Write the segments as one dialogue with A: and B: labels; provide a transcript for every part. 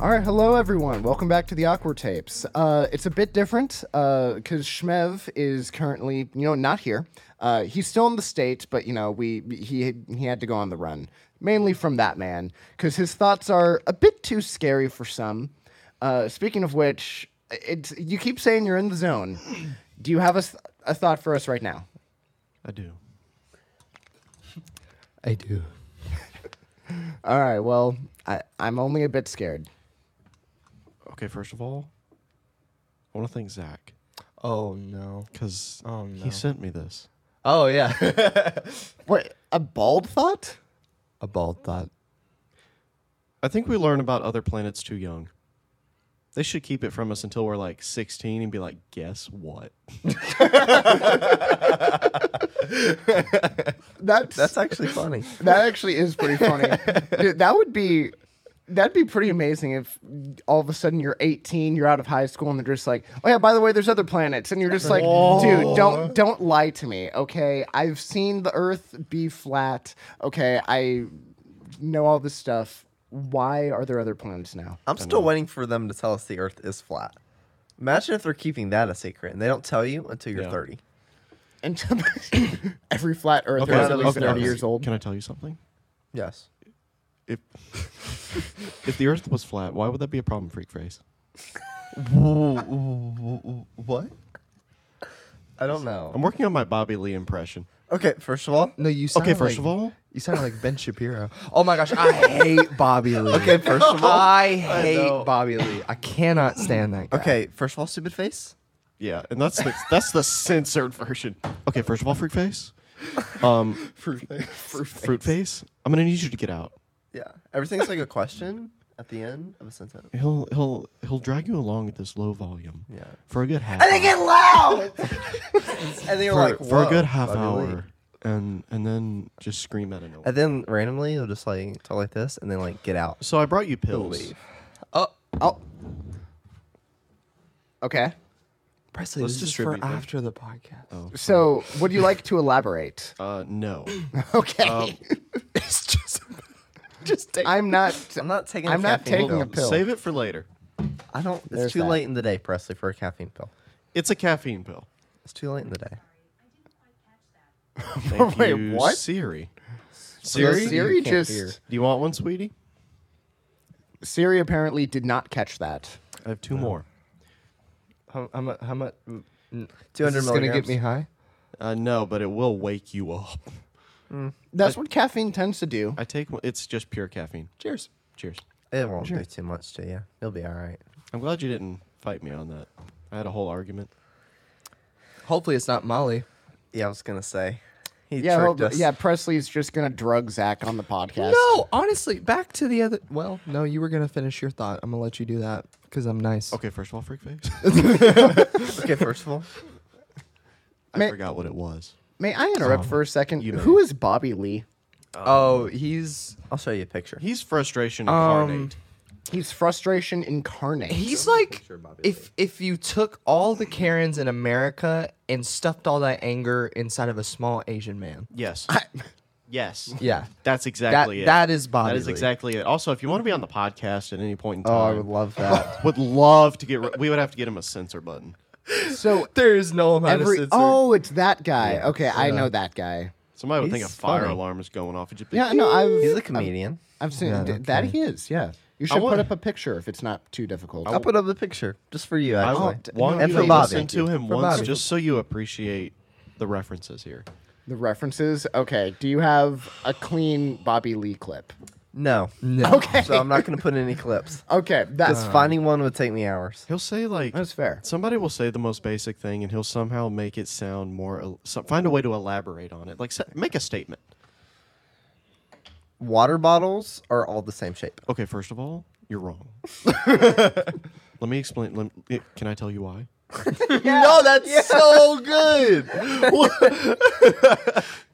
A: All right, hello everyone. Welcome back to the Awkward Tapes. Uh, it's a bit different because Shmev is currently, you know, not here. Uh, he's still in the state, but you know, we he he had to go on the run mainly from that man because his thoughts are a bit too scary for some. Uh, speaking of which, it's you keep saying you're in the zone. Do you have a, s- a thought for us right now?
B: I do.
C: I do.
A: All right. Well, I, I'm only a bit scared.
B: Okay, first of all, I want to thank Zach
C: Oh no.
B: because
C: Oh, no.
B: he sent me this.
C: Oh yeah.
A: What a bald thought.
C: a bald thought.
B: I think we learn about other planets too young. They should keep it from us until we're like 16 and be like, guess what?
A: That's
C: That's actually funny.
A: That actually is pretty funny. Dude, that would be that'd be pretty amazing if all of a sudden you're 18, you're out of high school, and they're just like, oh yeah, by the way, there's other planets, and you're just like, dude, don't don't lie to me, okay? I've seen the Earth be flat, okay? I know all this stuff. Why are there other planets now?
C: I'm still waiting for them to tell us the Earth is flat. Imagine if they're keeping that a secret and they don't tell you until you're
B: Yeah.
C: 30.
A: And every flat Earther is at least
C: okay.
A: 30 years old.
B: Can I tell you something?
C: Yes.
B: If if the Earth was flat, why would that be a problem, Freak Face?
C: What? I don't
B: I'm
C: know.
B: working on my Bobby Lee impression.
C: Okay, first of all.
D: No, you sound
B: Okay, first
D: like-
B: of all-
D: you sound like Ben Shapiro. Oh my gosh, I hate Bobby Lee.
C: Okay, first of all.
D: I hate
C: know.
D: Bobby Lee. I cannot stand that guy.
C: Okay, first of all, stupid face.
B: Yeah, and that's the that's the censored version. Okay, first of all, Freak Face. Um,
C: Fruit face.
B: fruit, face. I'm gonna need you to get out.
C: Yeah. Everything's like a question at the end of a sentence.
B: He'll he'll he'll drag you along at this low volume.
C: Yeah.
B: For a good half.
C: And they get loud! and they're
B: for,
C: like,
B: for a
C: "Whoa,
B: good half
C: Bobby Lee."
B: hour, and and then just scream at him.
C: And then randomly, they'll just like talk like this and then like get out.
B: So I brought you pills.
C: Leave.
A: Oh. Okay.
D: Presley,
B: Let's
D: this is
B: distribute
D: for
B: them.
D: after the podcast.
A: So, would you like to elaborate?
B: Uh, no.
A: Okay.
D: It's just, just take.
A: I'm not.
C: I'm not taking.
A: I'm
C: a
A: not
C: caffeine
A: taking
C: pill.
A: a pill.
B: Save it for later.
C: I don't. It's
A: There's
C: too
A: that.
C: late in the day, Presley, for a caffeine pill.
B: It's a caffeine pill.
C: It's too late in the day.
B: Thank
A: Wait,
B: you,
A: what?
B: Siri.
A: Siri,
B: Siri,
A: Siri
D: You can't
A: just
D: hear.
B: do you want one, sweetie?
A: Siri apparently did not catch that.
B: I have two more.
D: How, how, mu- how much?
C: Two
D: Is
C: hundred
D: this gonna get
C: milligrams.
D: me high?
B: Uh, no, but it will wake you up.
A: That's what caffeine tends to do.
B: I take one. It's just pure caffeine.
D: Cheers.
B: Cheers.
C: It won't do too much to you. You'll be all right.
B: I'm glad you didn't fight me on that. I had a whole argument.
D: Hopefully, it's not Molly.
C: Yeah, I was gonna say. He
A: yeah,
C: tricked
A: well,
C: us.
A: yeah. Presley's just gonna drug Zach on the podcast.
D: No, honestly, back to the other. Well, no, you were gonna finish your thought. I'm gonna let you do that because I'm nice.
C: Oh,
B: Okay, first of all, freak face.
C: Okay. First of all,
B: I
A: May-
B: forgot what it was.
A: May I interrupt for a second?
B: you may.
A: Who is Bobby Lee?
D: Oh, he's
C: I'll show you a picture.
B: He's
C: Um,
B: frustration incarnate.
A: He's frustration incarnate.
D: He's like if if you took all the Karens in America and stuffed all that anger inside of a small Asian man.
B: yes. yes.
D: Yeah.
B: That's exactly it.
D: that is Bobby
B: That is
D: Lee.
B: exactly it. Also, if you want to be on the podcast at any point in time,
C: Oh, I would love that.
B: would love to get. ri- We would have to get him a censor button.
A: so
D: There is no amount
A: every.
D: of oh,
A: Oh, it's that guy. okay, I know that guy.
B: Somebody would think a
C: He's
B: fire
C: funny.
B: alarm is going off. It'd just be,
A: Yeah, no, I've
C: He's a comedian.
A: I've seen d- that. He is. Yeah, you should
B: want-
A: put up a picture if it's not too difficult.
C: I'll put up the picture just for you,
B: I
C: actually,
B: would want
C: and
B: you
C: for
B: to
C: Bobby.
B: listen to him
C: For
B: once,
C: Bobby.
B: just so you appreciate the references here.
A: the references. Okay, do you have a clean Bobby Lee clip?
C: No.
D: No. Uh.
A: Okay.
C: So I'm not gonna put in any clips.
A: Okay, that's
C: Because finding one would take me hours.
B: He'll say like
A: That's fair.
B: Somebody will say the most basic thing, and he'll somehow make it sound more. el- so- Find a way to elaborate on it. Like se- make a statement.
C: Water bottles are all the same shape.
B: Okay, first of all, you're wrong. let me explain. Let me, can I tell you why?
C: No, that's so good.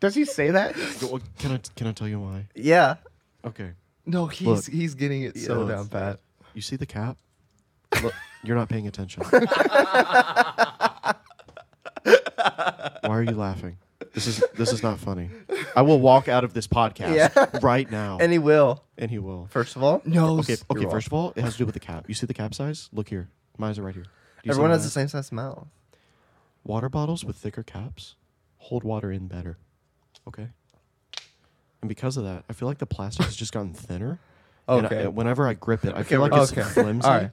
A: Does he say that?
B: Well, Can I can I tell you why?
C: Yeah.
B: Okay,
D: no, he's
B: Look.
D: he's getting it so
B: Look.
D: down pat.
B: you see the cap? Look, you're not paying attention. Why are you laughing? This is this is not funny. I will walk out of this podcast
C: Yeah.
B: right now,
C: And he will.
B: and he will.
C: First of all,
D: No.
B: Okay,
D: s-
B: okay.
C: wrong.
B: First of all, it has to do with the cap. You see the cap size? Look here. Mine is right here. Do you see
C: everyone
B: my
C: has the
B: eyes?
C: same size mouth.
B: Water bottles with thicker caps hold water in better. Okay. And because of that, I feel like the plastic has just gotten thinner. And I-
C: Okay.
B: whenever I grip it, I feel
C: we're
B: like it's
C: done. Okay.
B: flimsy.
D: All right.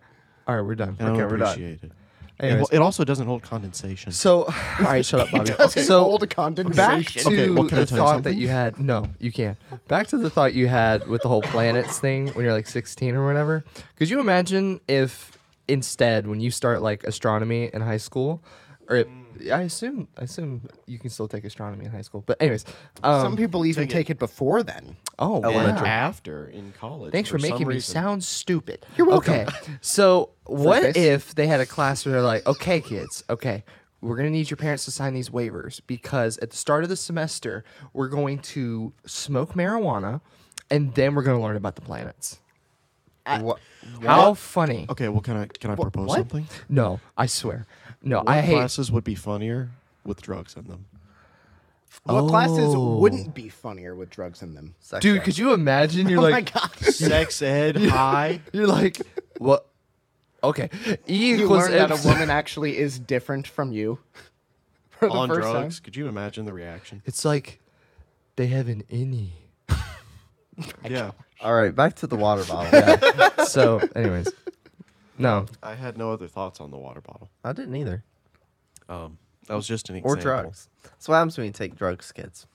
D: All right, we're done.
B: And I
C: Okay,
B: don't
C: we're done.
B: appreciate it. And
C: Anyways,
B: wh- it also doesn't hold condensation.
D: So, all right, shut up, Bobby.
A: Doesn't
D: so,
A: hold a condensation.
D: back to
B: Okay, well, can I
D: the
B: tell you
D: thought
B: something?
D: that you had. No, you can't. Back to the thought you had with the whole planets thing when you're like 16 or whatever. Could you imagine if instead, when you start like astronomy in high school, or it, I assume I assume you can still take astronomy in high school. But anyways, um,
A: Some people even take it. before then.
D: oh wow.
B: And after in college.
D: Thanks for,
B: some
D: making me
B: reason-
D: sound stupid.
A: You're welcome.
D: Okay. So, what
A: Focus.
D: if they had a class where they're like, okay, kids, okay, we're going to need your parents to sign these waivers because at the start of the semester, we're going to smoke marijuana and then we're going to learn about the planets.
C: wha-
D: How funny.
B: Okay, well, can I can I propose
A: what?
B: something?
D: No, I swear. No,
B: What
D: I hate.
B: classes would be funnier with drugs in them?
A: What classes
D: Oh.
A: wouldn't be funnier with drugs in them?
C: sex
D: Dude,
C: ed.
D: could you imagine? You're
A: oh my
D: like,
A: gosh.
B: Sex ed high.
D: you're like, what? Okay. E
A: You
D: equals
A: learn that
D: MC.
A: a woman actually is different from you. For the
B: on
A: first time.
B: drugs. Could you imagine the reaction?
D: It's like, they have an E. innie.
B: yeah,
C: all right, back to the water bottle.
D: So, anyways. No,
B: I had no other thoughts on the water bottle.
C: I didn't either.
B: Um, that was just an
C: Or
B: example.
C: drugs. That's what happens when you take drugs, kids.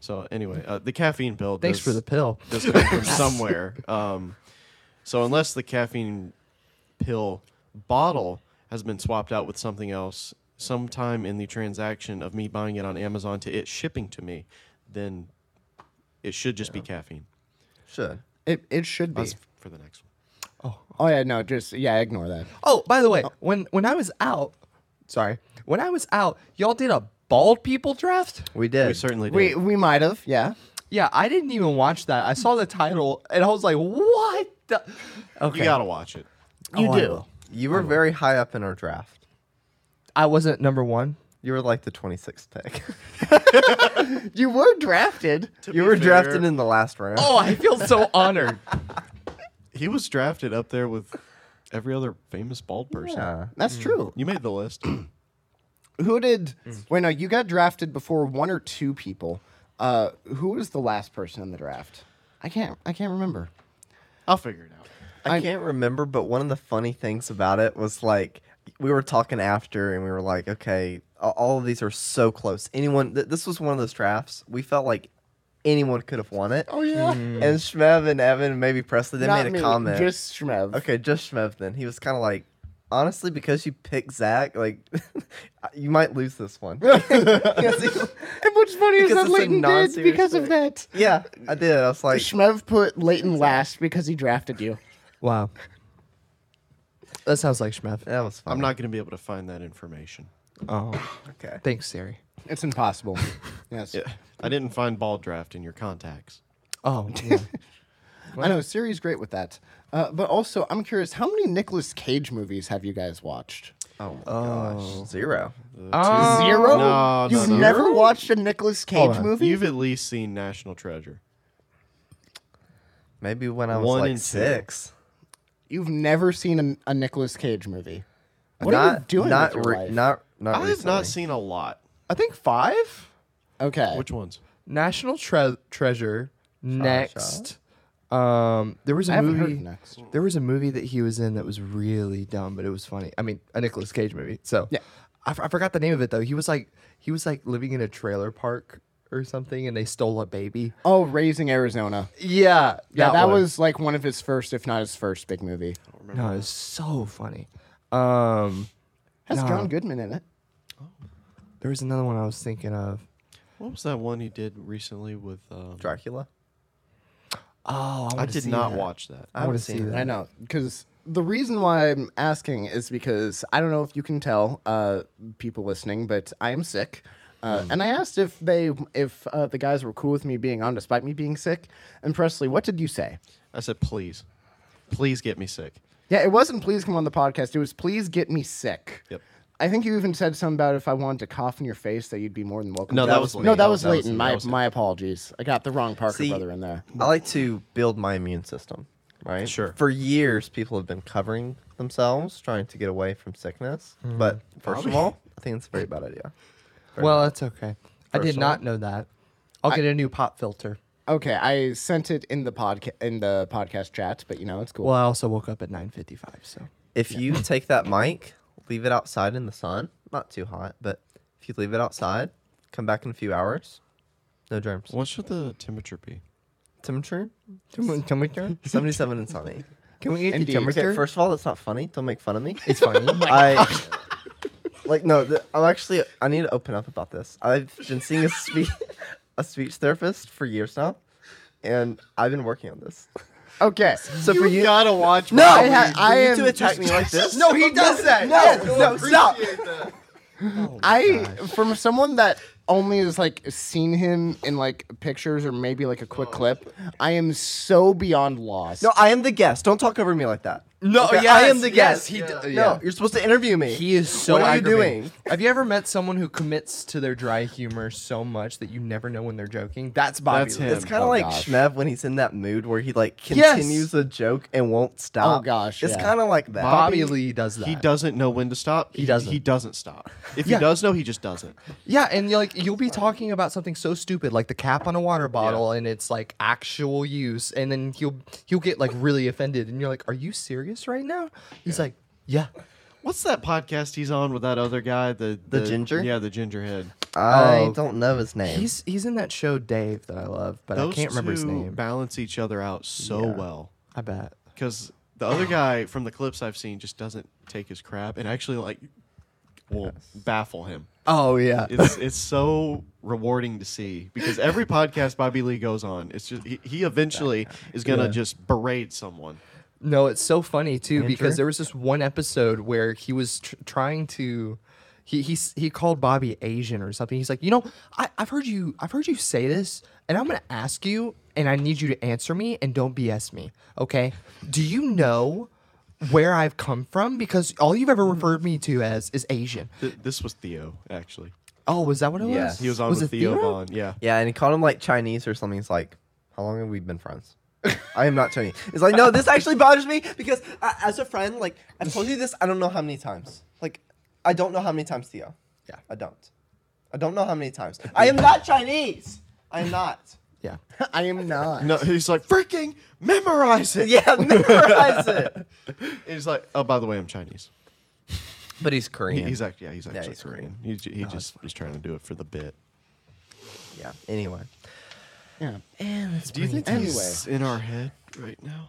B: So anyway, uh, the caffeine pill.
D: Thanks
B: does,
D: for the pill.
B: does come from somewhere. Um, so unless the caffeine pill bottle has been swapped out with something else sometime in the transaction of me buying it on Amazon to it shipping to me, then it should just be caffeine.
C: Should.
A: It, it should be.
B: That's f- for the next one.
A: oh, yeah, no, just, yeah, ignore that.
D: Oh, by the way, when when I was out, sorry, when I was out, y'all did a bald people draft.
C: We did.
B: We certainly do.
A: We, we might have, yeah.
D: Yeah, I didn't even watch that. I saw the title and I was like, what? The? Okay,
B: You gotta watch it.
A: You
D: Oh, I
A: do.
D: will.
C: you were very high up in our draft.
D: I wasn't number one.
C: You were like the 26th pick.
A: You were drafted.
C: you
B: be
C: were
B: fair-
C: drafted in the last round.
D: Oh, I feel so honored.
B: He was drafted up there with every other famous bald person.
C: yeah.
A: That's true.
B: You made the list.
A: Who did?
C: Mm.
A: Wait, no, you got drafted before one or two people. Uh, who was the last person in the draft? I can't. I can't remember.
B: I'll figure it out.
C: I
A: I'm-
C: can't remember, but one of the funny things about it was like we were talking after, and we were like, okay, a- all of these are so close. Anyone, th- this was one of those drafts we felt like anyone could have won
D: Oh!
C: it.
A: Oh, yeah,
C: And Shmev and Evan and maybe Presley Mm. they
A: Not
C: made a
A: me,
C: comment.
A: Just Shmev.
C: okay, just Shmev. Then he was kind of like, honestly, because you picked Zach, like you might lose this one. Because he-
A: And what's funny is
C: Because
A: that
C: it's a
A: Leighton did
C: non-serious
A: because of
C: thing.
A: that.
C: yeah, I did. I was like,
A: Shmev put Leighton last because he drafted you.
D: Wow. That sounds like Schmev.
C: that was fun.
B: I'm not going to be able to find that information.
D: Oh,
C: okay.
D: thanks, Siri.
A: It's impossible. yes,
B: I didn't find ball draft in your contacts.
D: Oh, yeah.
A: I know. Siri's great with that. Uh, but also, I'm curious, how many Nicolas Cage movies have you guys watched?
C: Oh my gosh, zero.
D: Oh,
A: Zero.
B: no, no,
A: You've
B: no.
A: never watched a Nicolas Cage
D: on.
A: movie.
B: You've at least seen National Treasure.
C: Maybe when I was
B: One
C: like
B: and two.
C: six.
A: You've never seen a, a Nicolas Cage movie. What
C: not,
A: are you doing
C: Not
A: with your
C: re-
A: life?
C: not not.
B: I have not
C: recently.
B: seen a lot.
D: I think five.
A: okay.
B: Which ones?
D: National Tre- Treasure. next, um, there was a
A: I haven't heard
D: movie.
A: of Next.
D: There was a movie that he was in that was really dumb, but it was funny. I mean, a Nicolas Cage movie. So
A: Yeah.
D: I, f- I forgot the name of it though. He was like he was like living in a trailer park or something, and they stole a baby.
A: Oh, Raising Arizona.
D: Yeah,
A: Yeah, that,
D: one.
A: was like one of his first, if not his first, big movie.
D: no, it's so funny. Um,
A: Has
D: No.
A: John Goodman in it.
D: there was another one I was thinking of.
B: What was that one he did recently with? Um,
C: Dracula.
D: Oh, I,
B: I
D: wanna
B: did
D: see
B: not
D: that.
B: watch that.
D: I want
C: haven't
D: to see
C: seen it.
D: that.
A: I know, because the reason why I'm asking is because I don't know if you can tell, uh, people listening, but I am sick. Uh,
C: Hmm.
A: And I asked if they, if uh, the guys were cool with me being on despite me being sick. And Presley, what did you say?
B: I said, please, please get me sick.
A: Yeah, it wasn't please come on the podcast. It was please get me sick.
B: Yep.
A: I think you even said something about if I wanted to cough in your face that you'd be more than welcome.
B: No,
A: to.
B: that was
A: no,
B: late.
A: that was
B: That
A: late.
B: was- that
A: My
B: was-
A: my apologies. I got the wrong Parker
C: See-
A: brother in there.
C: I like to build my immune system, right?
B: Sure.
C: For years, people have been covering themselves, trying to get away from sickness. But
B: Mm-hmm.
C: first of all, I think it's a very bad idea.
D: Well, that's okay. I did
C: Personal.
D: not know that. I'll get a new pop filter.
A: Okay, I sent it in the podcast in the podcast chat, but you know it's cool.
D: Well, I also woke up at 9:55, so
C: If you take that mic, leave it outside in the sun, not too hot, but if you leave it outside, come back in a few hours, no germs.
B: What should the temperature be?
C: Temperature?
D: can we, can we turn?
C: 77 and sunny.
D: Can we get the
A: Indeed.
D: temperature?
C: Okay, first of all, that's not funny. Don't make fun of me.
D: it's funny. Oh
C: I like no. Th- I'm actually. I need to open up about this. I've been seeing a speech a speech therapist for years now, and I've been working on this.
A: okay,
C: So for you,
B: gotta watch.
C: no,
A: I ha-
C: for
A: I
C: you
A: am
C: to attack me like this.
D: no, he does that.
C: no, no, stop.
A: I from someone that only has like seen him in like pictures or maybe like a
B: Oh.
A: quick clip. I am so beyond lost.
C: No, I am the guest. Don't talk over me like that.
D: No,
C: Okay, I
D: yes,
C: am the
D: yes,
C: guest.
D: he d-
C: No,
D: yeah.
C: you're supposed to interview me.
D: He is so.
C: What are you
D: aggravating.
C: doing?
D: Have you ever met someone who commits to their dry humor so much that you never know when they're joking? That's Bobby.
B: That's
D: Lee.
B: him.
C: It's kind of
A: Oh,
C: like
A: gosh.
C: Shmev when he's in that mood where he like
D: Yes.
C: continues a joke and won't stop.
A: gosh,
C: it's
A: yeah.
C: kind of like that.
D: Bobby, Lee does that.
B: He doesn't know when to stop. He,
D: doesn't.
B: He doesn't stop. If
D: Yeah.
B: he does know, he just doesn't.
D: Yeah, and you're like you'll be talking about something so stupid, like the cap on a water bottle, and it's like actual use, and then he'll he'll get like really offended, and you're like, "Are you serious right now?" He's like, "Yeah."
B: What's that podcast he's on with that other guy? The
C: The ginger?
B: Yeah, the ginger head.
C: I
D: Oh.
C: don't know his name.
D: He's he's in that show Dave that I love, but
B: Those
D: I can't remember his
B: two
D: name.
B: balance each other out so well
D: I bet.
B: because the other guy from the clips I've seen just doesn't take his crap and actually like will baffle him.
D: Oh yeah.
B: It's it's so rewarding to see because every podcast Bobby Lee goes on, it's just he, he eventually is gonna just berate someone.
D: No, it's so funny too
C: Andrew?
D: because there was this one episode where he was tr- trying to. He, he, s- he called Bobby Asian or something. He's like, you know, I, I've heard you I've heard you say this, and I'm gonna ask you, and I need you to answer me, and don't BS me, okay? Do you know where I've come from? Because all you've ever referred me to as is Asian.
B: Th- this was Theo actually.
D: Oh, was that what it
C: Yes.
D: was?
B: He was on
D: it
B: with Theo Vaughn. Yeah.
C: yeah, and he called him like Chinese or something. He's like, "How long have we been friends?" I am not Chinese. It's like, no, this actually bothers me because uh, as a friend, like I've told you this, I don't know how many times. Like, I don't know how many times, Theo.
D: Yeah.
C: I don't. I don't know how many times. I am not Chinese. I am not.
D: Yeah.
A: I am not.
B: No, he's like freaking memorize it.
C: Yeah, memorize it.
B: And he's like, oh, by the way, I'm Chinese.
C: But he's
B: He-
C: Korean.
B: He's actually, yeah, he's actually
C: he's
B: Korean. Oh, He, j- he just was trying to do it for the bit.
C: yeah. Anyway,
A: Yeah.
B: Do you think
A: Anyway.
B: he's in our head right now?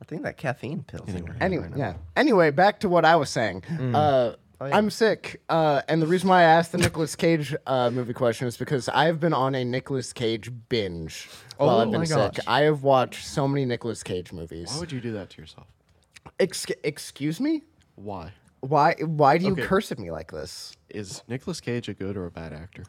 C: I think that caffeine pills. in
B: Anyway.
C: here.
A: Anyway, yeah. Anyway, back to what I was saying.
D: Mm.
A: Uh,
D: Oh,
C: yeah.
A: I'm sick, uh, and the reason why I asked the Nicolas Cage uh, movie question is because I've been on a Nicolas Cage binge while
D: Oh
A: I've been
D: my
A: sick.
D: gosh.
A: I have watched so many Nicolas Cage
B: Why
A: movies.
B: would you do that to yourself?
A: Ex- excuse me?
B: Why?
A: Why? Why do you
B: Okay.
A: curse at me like this?
B: Is Nicolas Cage a good or a bad actor?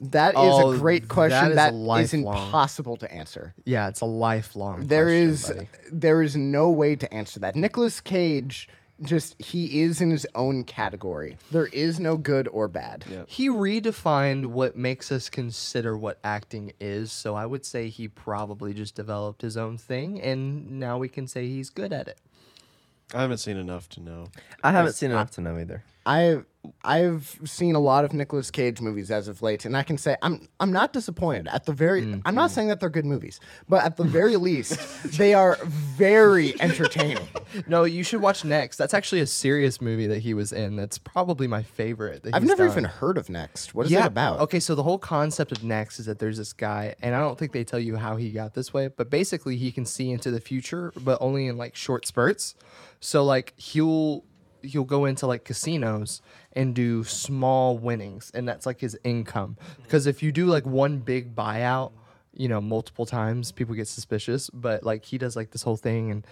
A: That is
D: Oh,
A: a great
D: that
A: question.
D: is
A: That
D: a
A: is
D: lifelong-
A: impossible to answer.
D: Yeah, it's a lifelong.
A: There
D: question,
A: is
D: buddy.
A: there is no way to answer that. Nicolas Cage just he is in his own category. There is no good or bad.
B: Yeah.
D: He redefined what makes us consider what acting is, so I would say he probably just developed his own thing, and now we can say he's good at it.
B: I haven't seen enough to know.
C: I haven't seen enough to know either.
A: I I've seen a lot of Nicolas Cage movies as of late, and I can say I'm I'm not disappointed. At the very,
D: Mm.
A: I'm not saying that they're good movies, but at the very least, they are very entertaining.
D: No, you should watch Next. That's actually a serious movie that he was in. That's probably my favorite. that
A: I've
D: he's
A: never
D: done.
A: even heard of Next. What is
D: yeah.
A: it about?
D: Okay, so the whole concept of Next is that there's this guy, and I don't think they tell you how he got this way, but basically he can see into the future, but only in like short spurts. So like he'll he'll go into like casinos and do small winnings, and that's like his income. Because if you do like one big buyout, you know, multiple times, people get suspicious. But like he does like this whole thing, and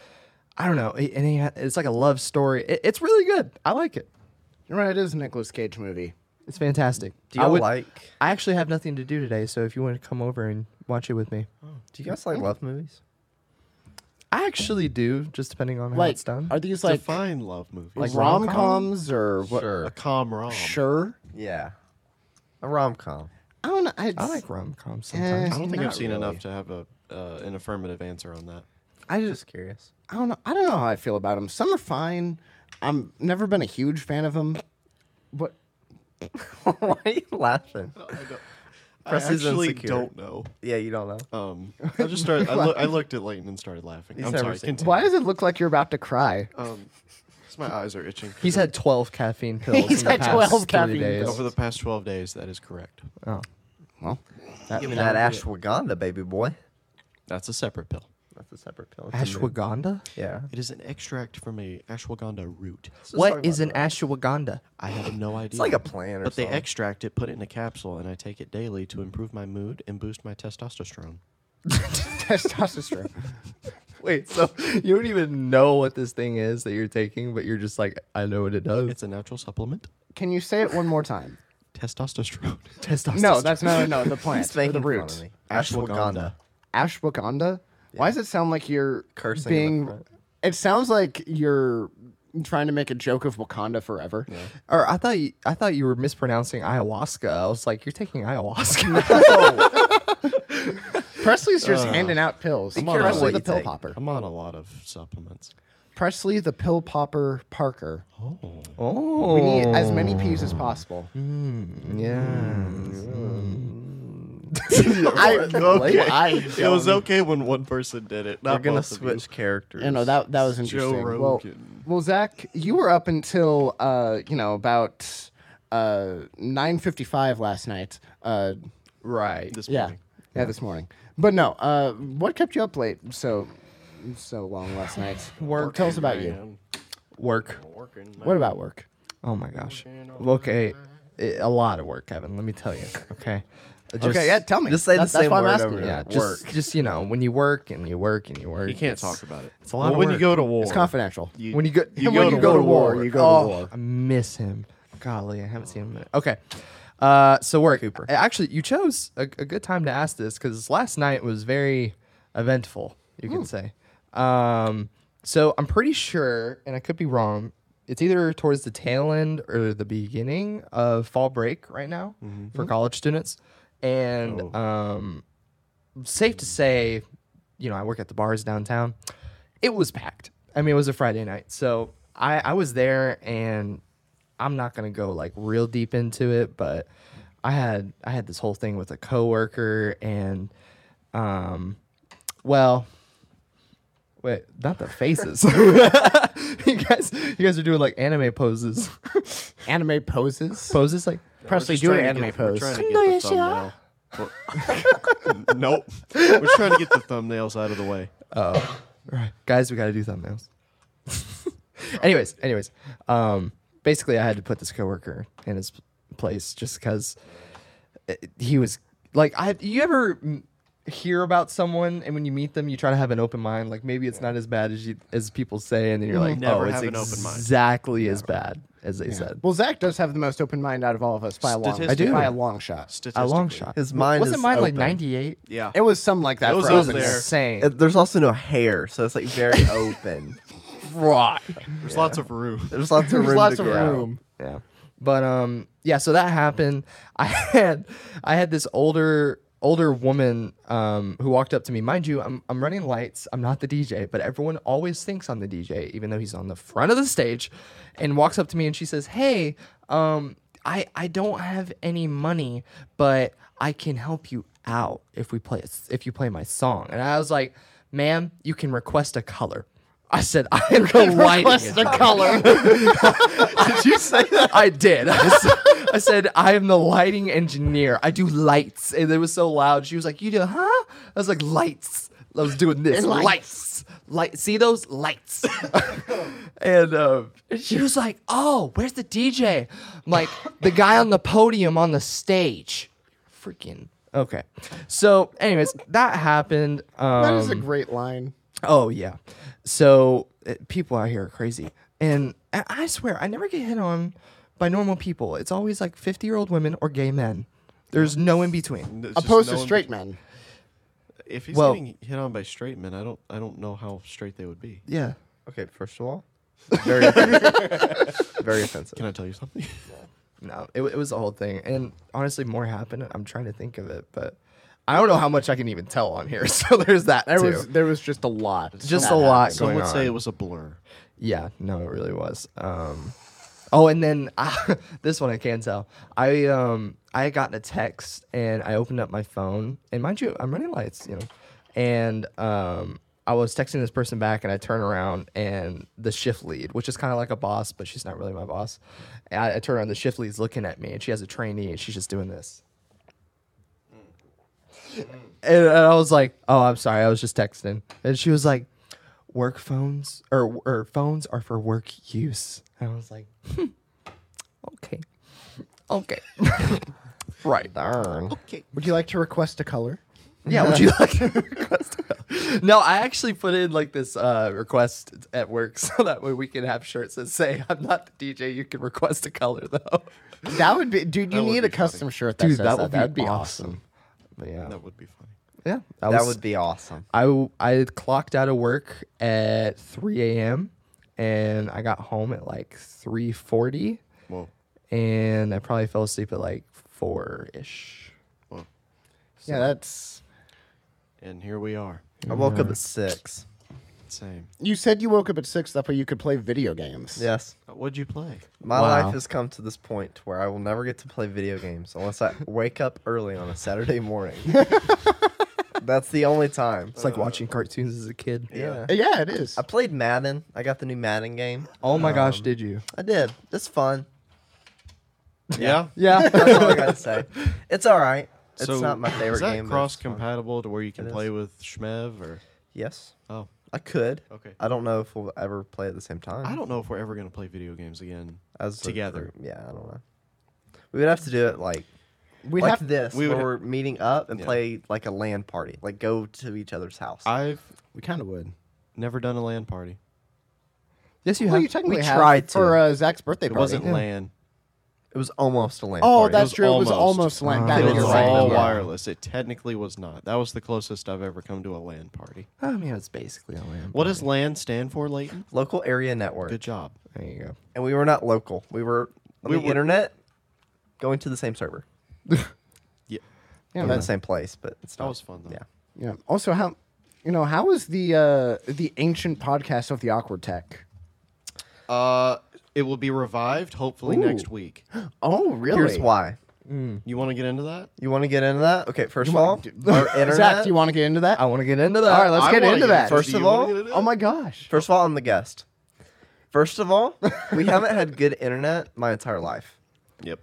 D: I don't know, and he, ha- it's like a love story. It, it's really good. I like it.
A: You're right, it is a Nicolas Cage movie.
D: It's fantastic.
C: Do
D: I
C: y'all
D: would-
C: like?
D: I actually have nothing to do today, so if you want to come over and watch it with me,
C: Do you guys like love movies?
D: I actually do, just depending on how
A: Like,
D: it's done.
A: are these like
B: Define love movies.
A: like rom
D: rom-com?
A: coms or what?
B: a
D: sure.
B: com rom.
A: Sure.
C: Yeah. A rom com.
A: I don't know. it's-
D: I like rom coms sometimes.
B: I don't think
A: Not
B: I've seen
A: really.
B: enough to have a uh, an affirmative answer on that.
A: I just
C: Just curious.
A: I don't know. I don't know how I feel about them. Some are fine. I'm never been a huge fan of them. But
C: Why are you laughing? Preston's
B: I actually
C: insecure.
B: don't know.
C: Yeah, you don't know.
B: Um, I just started. I, loo- I looked at Leighton and started laughing.
C: He's
B: I'm
C: never
B: sorry.
C: seen-
B: Continue.
A: why does it look like you're about to cry?
B: Um, 'cause my eyes are itching.
D: He's had 12 caffeine pills.
A: He's
D: in the
A: had
D: past
A: 12
D: three
A: caffeine
D: days.
A: pills.
B: over the past twelve days. That is correct.
D: Oh.
A: Well, that,
C: Give me that ashwagandha, baby boy.
B: That's a separate pill.
C: That's a separate pill. It's a mood.
D: Ashwagandha?
C: Yeah.
B: It is an extract from a ashwagandha root.
D: What is an ashwagandha?
B: I have no idea.
C: like a plant or
B: But they
C: something.
B: extract it, put it in a capsule, and I take it daily to improve my mood and boost my testosterone.
A: testosterone.
D: Wait, so you don't even know what this thing is that you're taking, but you're just like, I know what it does.
B: It's a natural supplement.
A: Can you say it one more time?
B: Testosterone.
D: testosterone.
A: No, that's no, no, the plant,
C: He's
A: or
C: making
A: the
C: fun
A: root.
C: of me.
B: Ashwagandha.
C: Ashwagandha.
A: Ashwagandha. Why does it sound like you're
C: Cursing in the
A: Being,
C: front.
A: it sounds like you're trying to make a joke of Wakanda forever.
D: Or I thought you, I thought you were mispronouncing ayahuasca. I was like, you're taking ayahuasca.
A: Presley's just handing out pills.
C: Be careful
A: Presley
C: what
A: the
C: you
A: pill
C: take.
A: popper.
B: I'm on a lot of supplements.
A: Presley the pill popper Parker.
B: Oh.
D: oh,
A: We need as many peas as possible.
D: yeah.
A: I, okay.
B: It was okay when one person did it. Not
C: We're gonna
B: both of you.
C: switch characters.
A: you know that that was interesting. Well,
B: Rogan.
A: well, Zach, you were up until uh, you know about uh, nine fifty five last night. Uh,
D: Right.
B: This
A: yeah,
B: morning.
A: yeah, this morning. But no, uh, what kept you up late so so long last night?
D: Work.
A: Tell us about you.
B: Man,
D: Work.
B: working, man.
A: What about work?
D: Oh my gosh. Okay. i- a lot of work, Kevin. Let me tell you. Okay. Just-
A: okay, yeah, tell me.
C: Just say the
A: That's- that's
C: same
A: why I'm
C: word
A: asking
C: over
A: you.
D: Yeah.
C: Yeah,
D: Just,
C: work.
D: just you know, when you work and you work and you work,
B: You can't
D: it's-
B: talk about it. It's
D: a lot of
B: when
D: work.
B: you go to war.
A: It's confidential.
B: You,
D: When you go-
B: you
D: when
B: go
D: you
B: to
D: go to
B: war.
D: war,
A: you go
D: Oh,
A: to war.
D: I miss him. Golly, I haven't seen him in a minute. Okay. Uh, so work. Cooper. Actually, you chose a, a good time to ask this because last night was very eventful, you can say. Um, so I'm pretty sure, and I could be wrong, it's either towards the tail end or the beginning of fall break right now for college students. And um, safe to say, you know, I work at the bars downtown. It was packed. I mean, it was a Friday night. So I, I was there and I'm not gonna go like real deep into it, but I had I had this whole thing with a coworker and um well wait, not the faces. you guys you guys are doing like anime poses.
A: Anime poses.
D: poses like
A: Presley,
B: Just
A: do an
B: trying to
A: anime
B: get-
A: pose.
B: we're trying to get the thumbnail. Well- nope. We're trying to get the thumbnails out of the way.
D: Right. Guys, we got to do thumbnails. anyways, anyways, um, basically, I had to put this coworker in his place just because he was like, I. You ever mm, hear about someone and when you meet them, you try to have an open mind. Like maybe it's not as bad as you, as people say, and then you're like,
B: Never
D: oh,
B: have an
D: it's
B: open mind."
D: exactly as bad as they said.
A: Well, Zach does have the most open mind out of all of us by a long,
B: I do.
A: by a long shot.
D: A
B: Statistically.
D: long shot.
C: His mind
D: wasn't
C: is
D: mine like
C: open.
D: 98.
B: Yeah.
A: It was something like that.
B: It was
A: for us.
B: up there.
D: Insane.
C: Uh, There's also no hair, so it's like very open.
D: right.
B: There's lots of room.
C: There's lots of room.
A: There's lots
C: to
A: of
C: grow.
A: room.
D: Yeah. But um yeah, so that happened. I had I had this older older woman um who walked up to me. Mind you, I'm I'm running lights. I'm not the DJ, but everyone always thinks I'm the DJ even though he's on the front of the stage and walks up to me and she says, "Hey, um I I don't have any money, but I can help you out if we play if you play my song." And I was like, "Ma'am, you can request a color." I said, "I am the lighting."
A: Request a color.
D: Did you say that? I did. I s- I said, I am the lighting engineer. I do lights. And it was so loud. She was like, You do, huh? I was like, Lights. I was doing this.
A: Lights.
D: Lights. Light. See those? Lights. and um, she was like, Oh, where's the DJ? I'm like, The guy on the podium on the stage. Freaking. Okay. So, anyways, that happened. Um,
A: that is a great line.
D: Oh yeah. So uh, people out here are crazy, and I, I swear I never get hit on by normal people. It's always like fifty-year-old women or gay men. There's no in between.
B: It's just
A: Opposed
B: no
A: to
B: one-
A: straight men.
B: if he's
D: Well-
B: getting hit on by straight men, I don't I don't know how straight they would be.
A: Yeah.
C: Okay, first of all, very offensive. very offensive.
B: Can I tell you something?
D: No, it, it was the whole thing. And honestly, more happened. I'm trying to think of it, but I don't know how much I can even tell on here. So there's that
A: There
D: too.
A: was there was just a lot.
D: just
A: that
D: a lot
B: Some
D: going
B: would
D: on.
B: say it was a blur.
D: yeah, no, it really was. Um, oh, and then this one I can tell. I um I got a text and I opened up my phone and mind you, I'm running lights, you know, and um. I was texting this person back, and I turn around, and the shift lead, which is kind of like a boss, but she's not really my boss. I, I turn around, the shift lead's looking at me, and she has a trainee, and she's just doing this. and, and I was like, "Oh, I'm sorry, I was just texting." And she was like, "Work phones or or phones are for work use." And I was like, hmm, "Okay, okay, right."
C: Darn.
A: Would you like to request a color?
D: Yeah, would you like to request? No, I actually put in like this uh, request at work so that way we can have shirts that say, "I'm not the DJ. You can request a color though."
A: That would be, dude. You
B: would
A: need
B: be
A: a custom shirt that
D: Dude,
A: says
D: that
A: that.
D: would be
A: That'd be
D: awesome.
A: awesome.
D: But yeah,
B: That would be funny.
D: yeah,
C: That,
D: was-
C: would be awesome.
D: I w- I clocked out of work at 3 a.m. and I got home at like 3:40
B: Whoa.
D: and I probably fell asleep at like 4 ish.
B: Whoa.
A: Yeah, that's.
B: And here we are.
C: I woke up at six.
B: Same.
A: You said you woke up at six. That way you could play video games.
C: Yes.
B: Uh, What'd you play?
C: My
D: Wow.
C: life has come to this point to where I will never get to play video games unless I wake up early on a Saturday morning. That's the only time.
D: It's like watching cartoons as a kid.
C: yeah.
A: Uh, Yeah, it is.
C: I played Madden. I got the new Madden game. Um,
D: Oh my
A: Um,
D: gosh, did you?
C: I did. It's fun.
B: Yeah.
D: Yeah.
C: That's all I gotta say. It's all right. It's
B: So,
C: not my favorite
B: Is that
C: game. but
B: cross
C: it's fun.
B: compatible to where you can
C: It
B: play
C: is.
B: with Shmev or?
C: Yes,
B: Oh,
C: I could.
B: Okay.
C: I don't know if we'll ever play at the same time.
B: I don't know if we're ever gonna play video games again.
C: As a
B: together.
C: group. Yeah, I don't know. We would have to do it like
A: We'd
C: like
A: have
C: this.
B: we
C: We
B: would ha-
C: were meeting up and
B: Yeah.
C: play like a land party. Like go to each other's house.
B: I've
A: We kind of would.
B: never done a LAN party.
D: yes, you
A: Well,
D: have.
A: you technically
C: we
A: have
C: tried to.
A: for uh, Zach's birthday
B: It
A: party.
B: wasn't LAN.
C: it was almost a land
A: Oh,
C: party.
B: that-
A: that's
B: was
A: true. It was almost
B: almost.
A: Lent.
D: Ah.
A: That
B: It
A: is
B: was
A: right.
B: all
A: Yeah.
B: wireless. It technically was not. That was the closest I've ever come to a LAN party.
D: I mean, Oh, it's basically a lamp.
B: What does LAN stand for, Leighton?
C: local area network.
B: Good job.
D: There you go.
C: And we were not local. We were on
B: We
C: the
B: were-
C: internet going to the same server.
B: Yeah,
A: Yeah,
C: We're in the
A: that's
C: same place, but it's
B: that
C: not-
B: was fun though.
C: Yeah.
A: yeah. Also, how you know how is the uh, the ancient podcast of the awkward tech?
B: Uh, it will be revived hopefully
A: Ooh.
B: next week.
A: Oh, really?
C: Here's why.
B: You want to get into that?
C: You want to get into that? Okay, first of all, our internet.
A: Zach, do you want to get into that?
D: I want to get into that.
A: All right, let's
B: I
A: get
B: wanna
A: into that.
B: it.
C: First
B: Do you
C: of
B: wanna
C: all-
B: get into
A: oh
B: it?
A: my gosh!
C: First of all, I'm the guest. First of all, we haven't had good internet my entire life.
B: Yep.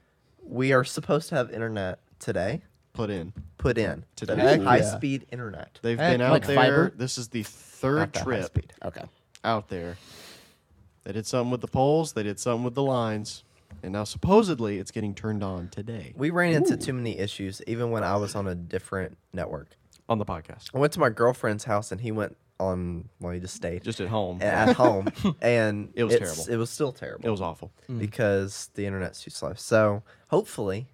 C: We are supposed to have internet today.
B: Put in.
C: Put in
B: Today.
A: Heck
C: high
A: yeah.
C: speed internet.
B: They've
A: Heck,
B: been out
A: like
B: there.
A: fiber?
B: This is the
C: Not
B: third
C: that high
B: trip
C: speed.
A: Okay.
B: out there. They did something with the poles. They did something with the lines, and now supposedly it's getting turned on today
C: We ran into too many issues, even when I was on a different network.
B: on the podcast.
C: I went to my girlfriend's house and he went on. Well, he just stayed
B: Just at home.
C: at home, and
B: It was
C: it's-
B: terrible.
C: It was still terrible.
B: It was awful.
C: because the internet's too slow. So hopefully,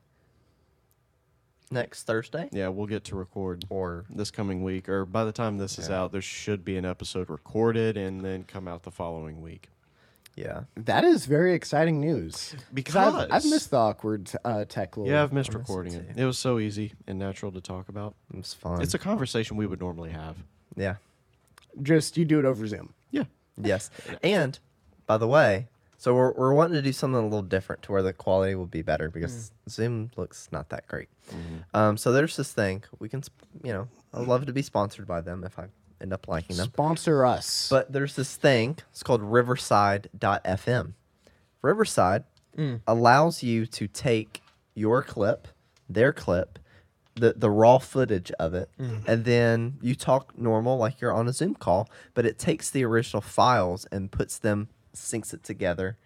C: next Thursday
B: Yeah, we'll get to record
C: or
B: this coming week, or by the time this is out, there should be an episode recorded and then come out the following week.
C: yeah,
A: That is very exciting news. I've, I've
B: Because-
A: missed the awkward uh, tech. Little,
B: Yeah, I've missed recording it. It was so easy and natural to talk about.
C: it was fun.
B: It's a conversation we would normally have.
C: yeah,
A: Just you do it over Zoom.
B: Yeah.
C: yes. And by the way, so we're we're wanting to do something a little different to where the quality will be better because Zoom looks not that great. Um, so there's this thing we can, sp- you know, I'd love to be sponsored by them if I end up liking them.
A: Sponsor us.
C: But there's this thing, it's called riverside.fm. Riverside allows you to take your clip, their clip, the, the raw footage of it, and then you talk normal like you're on a Zoom call, but it takes the original files and puts them, syncs it together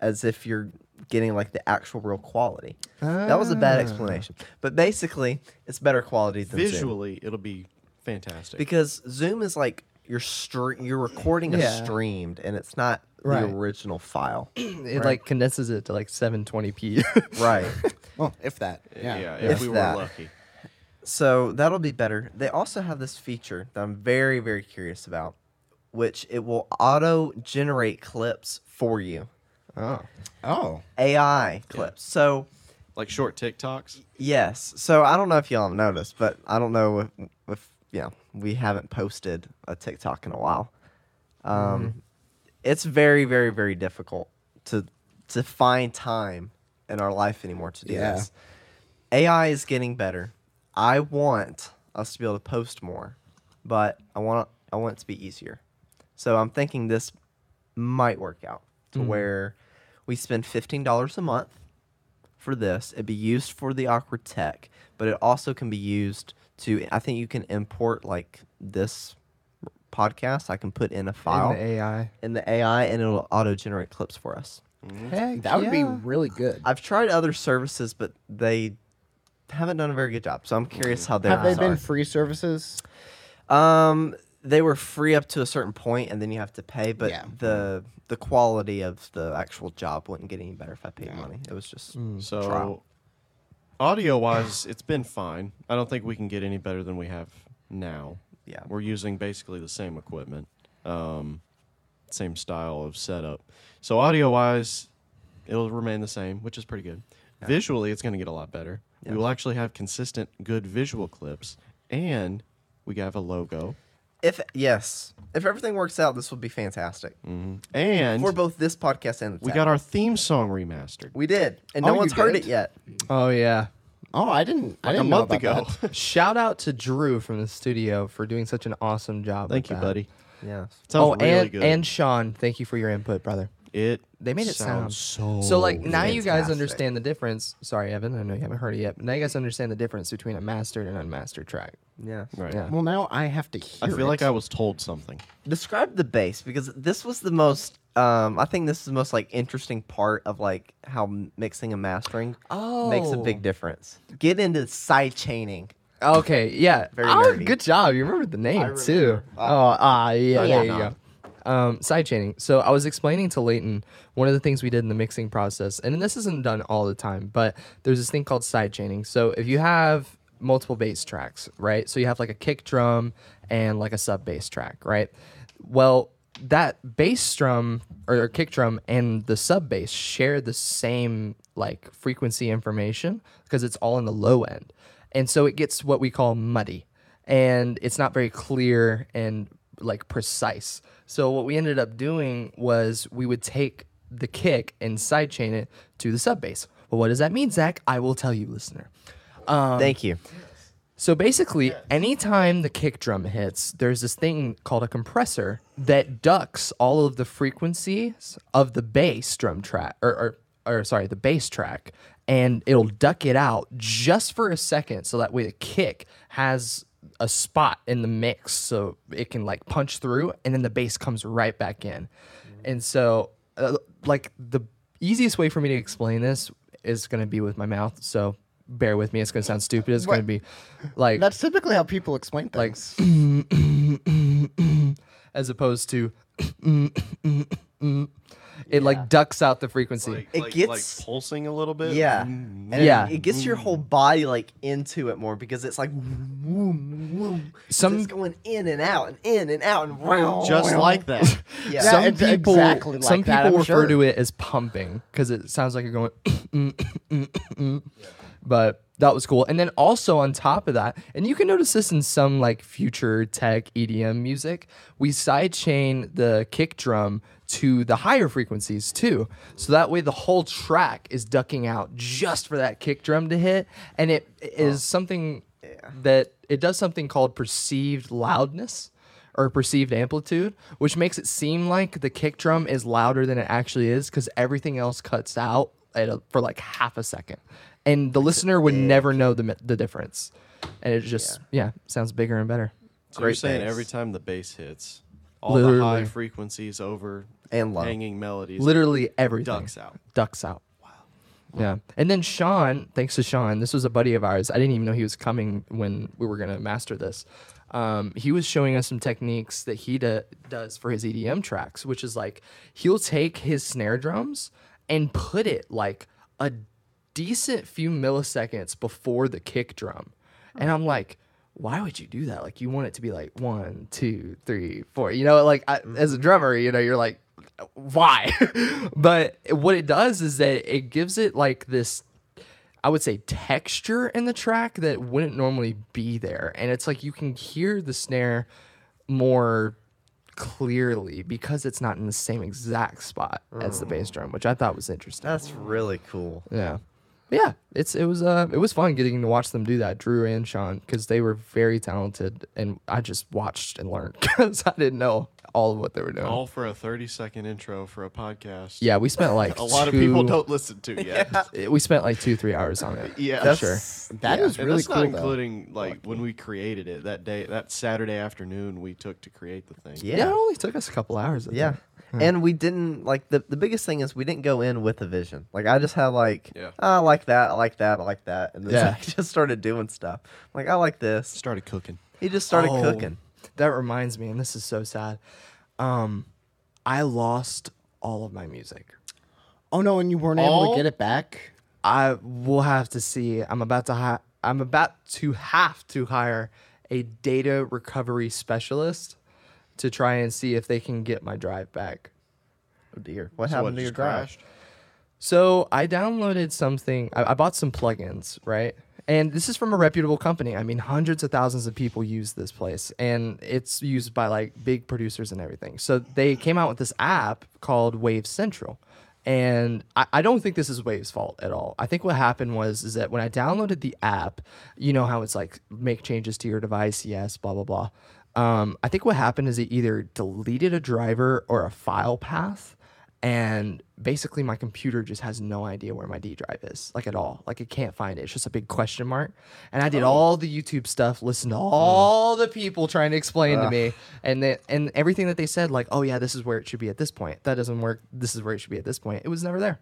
C: as if you're getting like the actual real quality. That was a bad explanation. But basically, it's better quality than Zoom
B: Visually, it'll be fantastic.
C: because Zoom is like you're stre- you're recording
D: Yeah.
C: a streamed and it's not
D: Right.
C: the original file.
D: It like condenses it to like 720p.
C: right.
A: well, Oh, if that. Yeah.
B: yeah, if
C: If
B: we were
C: that.
B: lucky.
C: So that'll be better. They also have this feature that I'm very, very curious about, which it will auto generate clips for you.
D: Oh.
A: Oh,
C: AI clips. So
B: Like short TikToks.
C: yes. So I don't know if y'all have noticed, but I don't know if, if yeah, we haven't posted a TikTok in a while. Um, it's very, very, very difficult to to find time in our life anymore to do
A: Yeah.
C: this. AI is getting better. I want us to be able to post more, but I want I want it to be easier. So I'm thinking this might work out to where we spend fifteen dollars a month for this. It'd be used for the awkward tech, but it also can be used to. I think you can import like this podcast. I can put in a file
D: In the AI.
C: in the AI and it'll auto generate clips for us.
D: Heck
A: that would be
D: yeah.
A: really good.
C: I've tried other services, but they haven't done a very good job. So I'm curious how theirs
A: Have they been
C: are.
A: free services?
C: um, they were free up to a certain point, and then you have to pay. But
A: Yeah.
C: the the quality of the actual job wouldn't get any better if I paid money. It was just
A: Mm.
B: So
C: trial.
B: audio wise, it's been fine. I don't think we can get any better than we have now.
C: Yeah.
B: We're using basically the same equipment, um, same style of setup. So audio wise, it'll remain the same, which is pretty good. Visually, it's going to get a lot better. We will actually have consistent, good visual clips, and we have a logo.
C: if yes, if everything works out, this will be fantastic
A: Mm.
B: And
C: for both this podcast and the
B: we
C: tech.
B: got our theme song remastered.
C: we did, and no
A: Oh, you
C: one's heard
A: did?
C: it yet.
D: Oh yeah.
A: Oh, I didn't. I
B: Like a
A: didn't
B: month
A: know about
B: ago.
A: that.
D: Shout out to Drew from the studio for doing such an awesome job.
B: Thank
D: with
B: you,
D: that.
B: buddy.
C: Yes.
B: Sounds
D: oh,
B: really
D: and
B: good.
D: and Sean, thank you for your input, brother.
B: it
D: They made it
B: sounds
D: sound
B: so
D: So like now you guys
C: fantastic.
D: understand the difference. Sorry, Evan, I know you haven't heard it yet, but now you guys understand the difference between a mastered and unmastered track.
C: Yes.
B: right.
D: Yeah.
A: Well, now I have to hear.
B: I feel like
A: it.
B: I was told something.
C: describe the bass because this was the most um i think this is the most like interesting part of like how m- mixing and mastering makes a
D: Oh.
C: big difference get into side chaining
D: Okay, yeah.
C: Very
D: oh,
C: nerdy.
D: good job. You remembered the name too. oh, ah, yeah,
C: Yeah.
D: there you go. Um, side chaining. So I was explaining to Leighton one of the things we did in the mixing process, and this isn't done all the time, but there's this thing called side chaining. So if you have multiple bass tracks, right? So you have like a kick drum and like a sub bass track, right? Well, that bass drum or kick drum and the sub bass share the same like frequency information because it's all in the low end. And so it gets what we call muddy and it's not very clear and like precise. So what we ended up doing was we would take the kick and sidechain it to the sub bass. Well, what does that mean, Zach? I will tell you, listener.
C: thank you
D: So basically, anytime the kick drum hits, there's this thing called a compressor that ducks all of the frequencies of the bass drum track, or, or, or sorry, the bass track, and it'll duck it out just for a second so that way the kick has a spot in the mix so it can like punch through and then the bass comes right back in. And so, uh, like, the easiest way for me to explain this is going to be with my mouth. So, bear with me. It's going to sound stupid. It's going to be like
A: That's typically how people explain things.
D: as opposed to it like ducks out the frequency.
C: It
B: like,
C: gets-
B: like pulsing a little bit.
C: yeah and it-
D: Yeah.
C: it, gets your whole body like into it more because it's like woom, woom.
D: Some-
C: it's going in and out and in and out and round
B: Just like that.
C: Oh, yeah
A: So-
D: some
A: it's
D: people,
A: exactly like
D: some
A: that,
D: people
A: I'm
D: refer
A: sure.
D: to it as pumping because it sounds like you're going. but that was cool. And then also on top of that, and you can notice this in some like future tech EDM music, we sidechain the kick drum to the higher frequencies too. So that way the whole track is ducking out just for that kick drum to hit. And it
A: Oh.
D: is something that it does something called perceived loudness or perceived amplitude, which makes it seem like the kick drum is louder than it actually is because everything else cuts out at a, for like half a second, and the listener would never know the mi- the difference, and it just yeah, sounds bigger and better.
B: So you're
C: Great
B: saying
C: bass.
B: every time the bass hits, all the high
D: Literally.
B: frequencies over
C: And low.
B: hanging melodies.
D: Literally everything
B: Ducks out.
D: Ducks out. Wow. Yeah, and then Sean, thanks to Sean, this was a buddy of ours. I didn't even know he was coming when we were gonna master this. Um, he was showing us some techniques that he do- does for his EDM tracks, which is like he'll take his snare drums and put it like a decent few milliseconds before the kick drum. And I'm like, why would you do that? Like, you want it to be like one, two, three, four. You know, like I, as a drummer, you know, you're like, why? but what it does is that it gives it like this I would say texture in the track that wouldn't normally be there. And it's like you can hear the snare more clearly because it's not in the same exact spot as the bass drum, which I thought was interesting.
C: That's really cool.
D: yeah. But yeah, it's it was uh it was fun getting to watch them do that, Drew and Sean, because they were very talented and I just watched and learned because I didn't know all of what they were doing.
B: All for a 30 second intro for a podcast.
D: Yeah, we spent like
B: A lot of people
D: two- eh,
B: don't listen to yet.
D: we spent like two, three hours on it.
B: Yeah.
D: for
B: That's-
D: sure.
A: That is
B: and
A: really
B: that's
A: cool.
B: not
A: though.
B: including like when we created it that day, that Saturday afternoon we took to create the thing.
D: Yeah. it only took us a couple hours. I
C: Yeah.
D: think.
C: And we didn't like the the biggest thing is we didn't go in with a vision. Like I just had like
B: Yeah.
C: "Oh, I like that, I like that, I like that, and then
D: Yeah.
C: I just started doing stuff. Like I like this.
B: Started cooking.
C: He just started
D: Oh.
C: cooking.
D: That reminds me, and this is so sad. Um, I lost all of my music.
A: Oh no, and you weren't able
B: All-
A: to get it back.
D: I will have to see. I'm about to. Hi- I'm about to have to hire a data recovery specialist to try and see if they can get my drive back.
C: Oh dear, what
B: So
C: happened
B: what,
C: to your
B: just
C: drive?
B: crashed?
D: So I downloaded something. I, I bought some plugins, right? And this is from a reputable company. I mean, hundreds of thousands of people use this place, and it's used by like big producers and everything. So they came out with this app called Wave Central. And I, I don't think this is Wave's fault at all. I think what happened was is that when I downloaded the app, you know how it's like make changes to your device, yes, blah blah blah. Um, I think what happened is it either deleted a driver or a file path, and basically my computer just has no idea where my D drive is, like at all. Like it can't find it. It's just a big question mark. And I did all the YouTube stuff, listened to all the people trying to explain to me, and they, and everything that they said, like, oh yeah, this is where it should be at this point. That doesn't work. This is where it should be at this point. It was never there.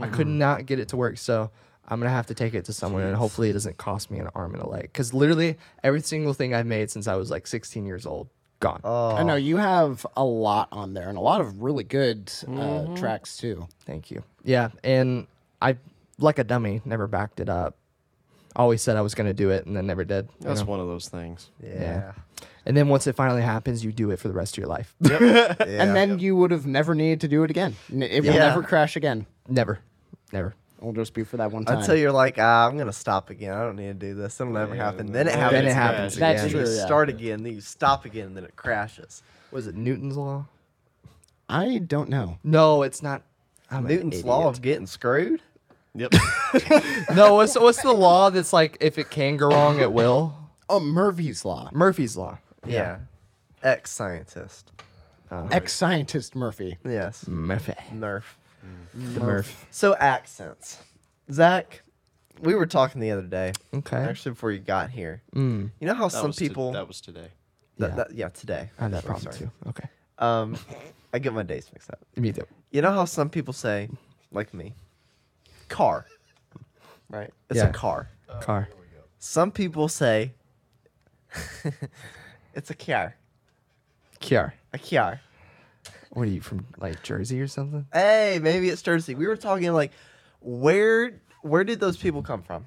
D: I could not get it to work. So I'm gonna have to take it to someone, and hopefully it doesn't cost me an arm and a leg. Because literally every single thing I've made since I was like 16 years old gone.
A: I
B: Oh.
A: know you have a lot on there and a lot of really good
B: Mm-hmm.
A: uh, tracks too.
D: Thank you. Yeah, and I like a dummy never backed it up. Always said I was going to do it and then never did. you
B: That's
D: know?
B: one of those things.
C: Yeah.
D: And then once it finally happens, you do it for the rest of your life.
C: yeah.
A: And then you would have never needed to do it again. N- It will
C: Yeah.
A: never crash again.
D: never. Never.
A: It'll just be for that one time.
C: until you're like, ah, I'm gonna stop again. I don't need to do this. It'll never happen. Then it happens.
D: Then it happens
A: That's
D: again.
C: Then you
A: true, yeah.
C: start again. Then you stop again. Then it crashes.
D: Was it Newton's law?
A: I don't know.
D: No, it's not. I'm an
C: Newton's
D: idiot.
C: law of getting screwed.
B: Yep.
D: No, what's, what's the law that's like if it can go wrong, it will?
A: Oh, Murphy's Law.
D: Murphy's law.
C: Yeah. Ex scientist.
A: Ex scientist Murphy.
C: Yes.
D: Murphy.
C: Nerf.
D: The Murph.
C: So accents. Zach, we were talking the other day,
D: Okay. Mm.
C: actually before you got here. You know how
B: That
C: some
B: was to-
C: people,
B: that was today.
C: th-
D: Yeah.
C: th- yeah, today.
D: I had that
C: I'm
D: problem
C: sorry.
D: too. Okay.
C: Um, I get my days mixed up.
D: Me too.
C: You know how some people say, like me, car, right? It's
D: Yeah.
C: a car.
D: Car.
C: Some people say, it's a car,
D: Kiar.
C: a car.
D: What are you from, like Jersey or something?
C: Hey, maybe it's Jersey. We were talking like, where where did those people come from?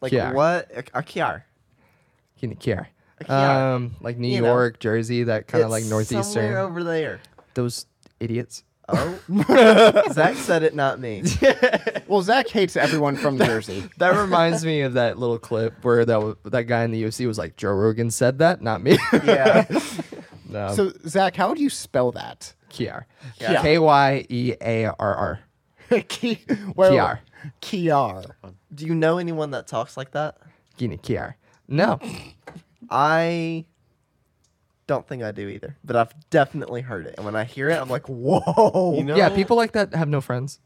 C: Like
D: Kiar.
C: what a, a car?
D: Can you care?
C: Yeah.
D: Um, like New
C: You know.
D: York, Jersey, that kind of
C: It's
D: like northeastern.
C: somewhere over there.
D: Those idiots.
C: Oh, Zach said it, not me.
A: Well, Zach hates everyone from Jersey.
D: That reminds me of that little clip where that w- that guy in the UFC was like, Joe Rogan said that, not me.
C: Yeah,
D: no,
A: So, Zach, how do you spell that?
D: Kiar.
C: Yeah.
D: K Y E A R R.
A: Ki- well,
D: Kiar.
A: Kiar.
C: do you know anyone that talks like that?
D: Gina Kiar. No.
C: I don't think I do either, but I've definitely heard it. And when I hear it, I'm like, whoa!
B: You know,
D: Oh, Yeah, people like that have no friends.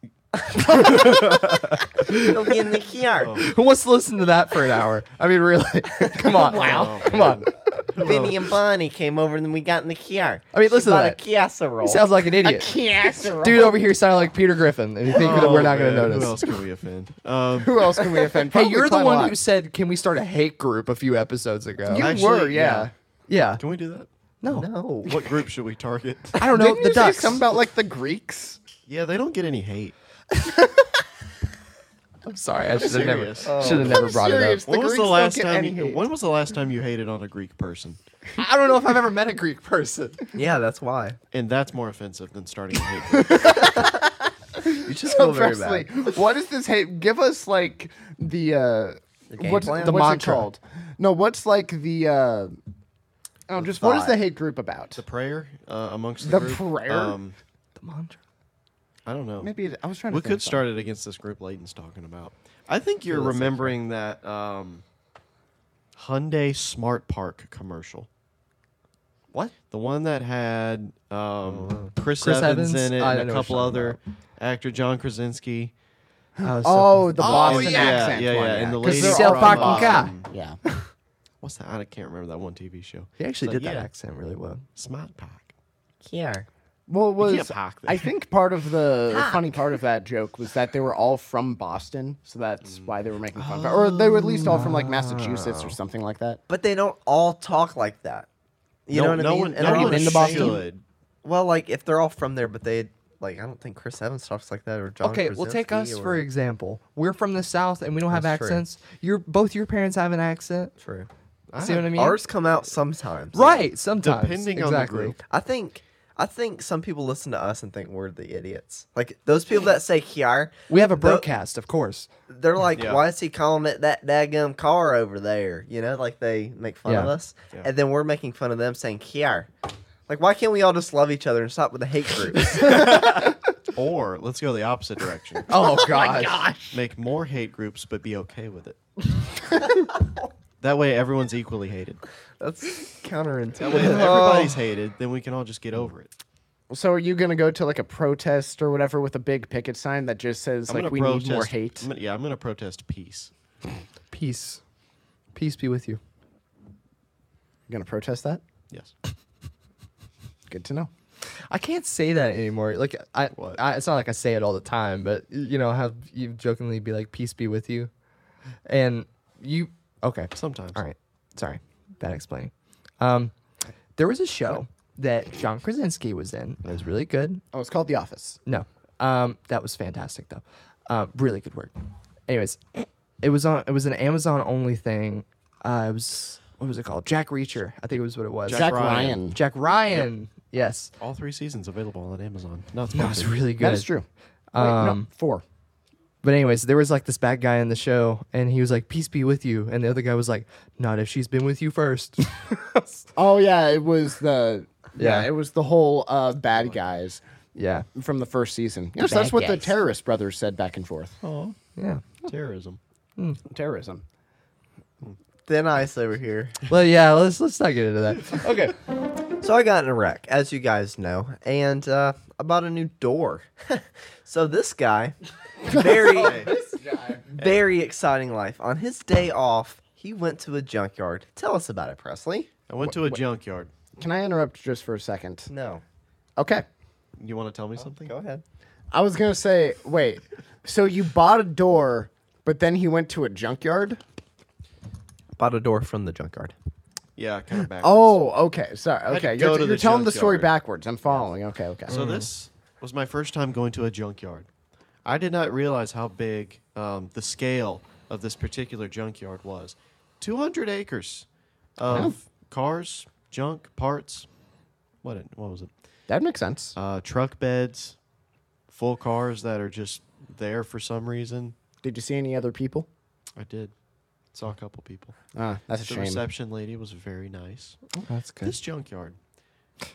C: It'll get in the car.
D: Who wants to listen to that for an hour? I mean, really? Come on.
A: Wow.
D: Come on.
C: Vinny and Bonnie came over, and we got in the car.
D: I mean, listen to
C: Bought
D: that.
C: a casserole.
D: He sounds like an
A: A
D: idiot.
A: casserole.
D: Dude over here sounded like Peter Griffin, and you think that we're not going to
B: man,
D: notice.
B: Who else can we offend? Um,
A: Who else can we offend?
D: Hey,
A: Probably
D: you're the
A: quite a
D: one
A: lot.
D: who said, "Can we start a hate group?" a few episodes ago.
A: You
B: Actually,
A: were,
B: yeah.
A: yeah.
D: yeah.
B: can we do that?
D: No.
C: no.
B: What group should we target?
D: I don't know
A: Didn't
D: the
A: you say
D: ducks.
A: something about like the Greeks?
B: yeah, they don't get any hate.
D: I'm sorry. I should have never
B: serious.
D: should have never
A: I'm
D: brought
A: serious.
D: it
A: The
B: When was
A: Greeks
B: the
A: don't
B: last
A: get
B: time?
A: any
B: You,
A: hate.
B: when was the last time you hated on a Greek person?
D: up. I don't know if I've ever met a Greek person.
C: Yeah, that's why.
B: And that's more offensive than starting a hate. group.
C: You just
A: So
C: feel very
A: firstly,
C: bad.
A: what is this hate? Give us like the uh,
C: game
A: what's,
C: plan?
A: the
C: The
A: what's
D: mantra.
A: it called? No, what's like the uh, oh, just what is the
C: thought.
A: hate group about?
B: the prayer uh, amongst
A: The
B: the, group.
A: prayer?
B: Um,
D: The mantra.
B: I don't know.
A: Maybe it, I was trying to.
B: we
A: think
B: could
A: of
B: start it against this group Layton's talking about. I think you're
C: that's
B: remembering that um, Hyundai Smart Park commercial.
C: What?
B: The one that had um, Chris,
D: Chris
B: Evans,
D: Evans?
B: in it
D: I
B: and a
D: know what you're
B: couple
D: talking
B: other actor, John Krasinski.
D: I was
A: something. Oh, the
D: so-
A: Boston
B: yeah,
A: accent.
B: yeah,
A: one,
B: yeah, and the um,
A: 'cause
B: lady
A: they're
D: from
A: all from
D: Boston.
A: Boston. Yeah.
B: What's that? I can't remember that one TV show.
D: he actually
B: So,
D: did that
B: yeah.
D: accent really well.
B: Smart Park.
D: Yeah.
A: Well, it
B: can't
A: was
B: park there.
A: I think part of the funny part of that joke was that they were all from Boston, so that's why they were making fun of it, or they were at least all from like
B: Oh.
A: Massachusetts or something like that.
C: But they don't all talk like that. You
B: no,
C: know what
B: no
C: I mean?
B: One,
C: And
B: no
C: they're
B: one
C: all
A: been to Boston?
B: should.
C: Well, like if they're all from there, but they like I don't think Chris Evans talks like that or John.
D: Okay, well, take us
C: Krasinski
D: for
C: or-
D: example. We're from the South and we don't have
C: That's true.
D: accents. Your both your parents have an accent.
C: True.
D: See what I mean?
C: Ours come out sometimes.
D: right. Sometimes,
B: Depending on the
D: exactly.
B: group.
C: I think I think some people listen to us and think we're the idiots. Like those people that say "kiar,"
D: We have a
C: tho-
D: broadcast, of course.
C: They're like,
B: Yeah.
C: "Why is he calling it that daggum car over there?" You know, like they make fun of
D: Yeah.
C: us,
B: Yeah.
C: and then we're making fun of them saying "kiar." Like, why can't we all just love each other and stop with the hate groups?
B: Or let's go the opposite direction.
D: Oh, God.
B: Make more hate groups, but be okay with it. that way, everyone's equally hated.
C: That's
B: That way, if
C: counterintuitive.
A: Oh.
B: everybody's hated, then we can all just
A: Mm.
B: get over it.
A: So are you gonna go to like a protest or whatever with a big picket sign that just says
B: I'm
A: like
B: gonna
A: we
B: protest,
A: need more hate?
B: I'm gonna- yeah, I'm gonna protest peace.
D: Peace. Peace be with you.
A: You're gonna protest that?
B: Yes.
A: Good to know.
D: I can't say that anymore. Like I,
B: What?
D: I it's not like I say it all the time, but y- you know, have you jokingly be like, "Peace be with you," and you. Okay,
B: Sometimes.
D: all right. Sorry, bad explaining. Um, there was a show that John Krasinski was in. It was really good.
A: Oh, it's called The Office.
D: No, um, that was fantastic though. Uh, really good work. Anyways, it was on. It was an Amazon only thing. Uh, it was what was it called? Jack Reacher. I think it was what it was.
B: Jack
A: Jack Ryan.
B: Ryan.
D: Jack Ryan. Yes.
B: All three seasons available on Amazon. No, it's
D: No, it's
B: perfect.
D: really good.
A: That is true. Wait, no,
D: Um,
A: four.
D: But anyways, there was like this bad guy in the show, and he was like, "Peace be with you," and the other guy was like, "Not if she's been with you first.
A: Oh yeah, it was the yeah,
D: Yeah.
A: it was the whole uh, bad guys
D: yeah,
A: from the first season. Yes, that's
D: bad
A: what the
D: guys.
A: terrorist brothers said back and forth.
B: Oh,
D: yeah.
B: terrorism.
A: Terrorism.
C: Thin ice over here.
D: Well, yeah. Let's let's not get into that.
A: Okay.
C: So I got in a wreck, as you guys know, and uh, I bought a new door. so this guy, very, very exciting life. On his day off, he went to a junkyard. Tell us about it, Presley.
B: I went to a junkyard.
A: Can I interrupt just for a second?
C: No,
A: Okay.
B: You want to tell me something?
C: go ahead.
A: I was gonna say, wait. So you bought a door, but then he went to a junkyard?
C: Bought a door from the junkyard.
B: Yeah, kind of back.
A: Oh, okay. Sorry.
B: to
A: Okay.
B: go
A: You're,
B: to
A: you're
B: the
A: telling the story
B: junkyard.
A: backwards. I'm following. Okay. Okay. Mm.
B: So this was my first time going to a junkyard. I did not realize how big um, the scale of this particular junkyard was. 200 acres of cars, junk, parts. What, it, what was it?
A: that makes sense.
B: Uh, truck beds, full cars that are just there for some reason.
A: Did you see any other people?
B: I did. Saw a couple people.
A: Ah, that's a
B: The
A: shame.
B: reception lady was very nice.
D: That's good.
B: This junkyard.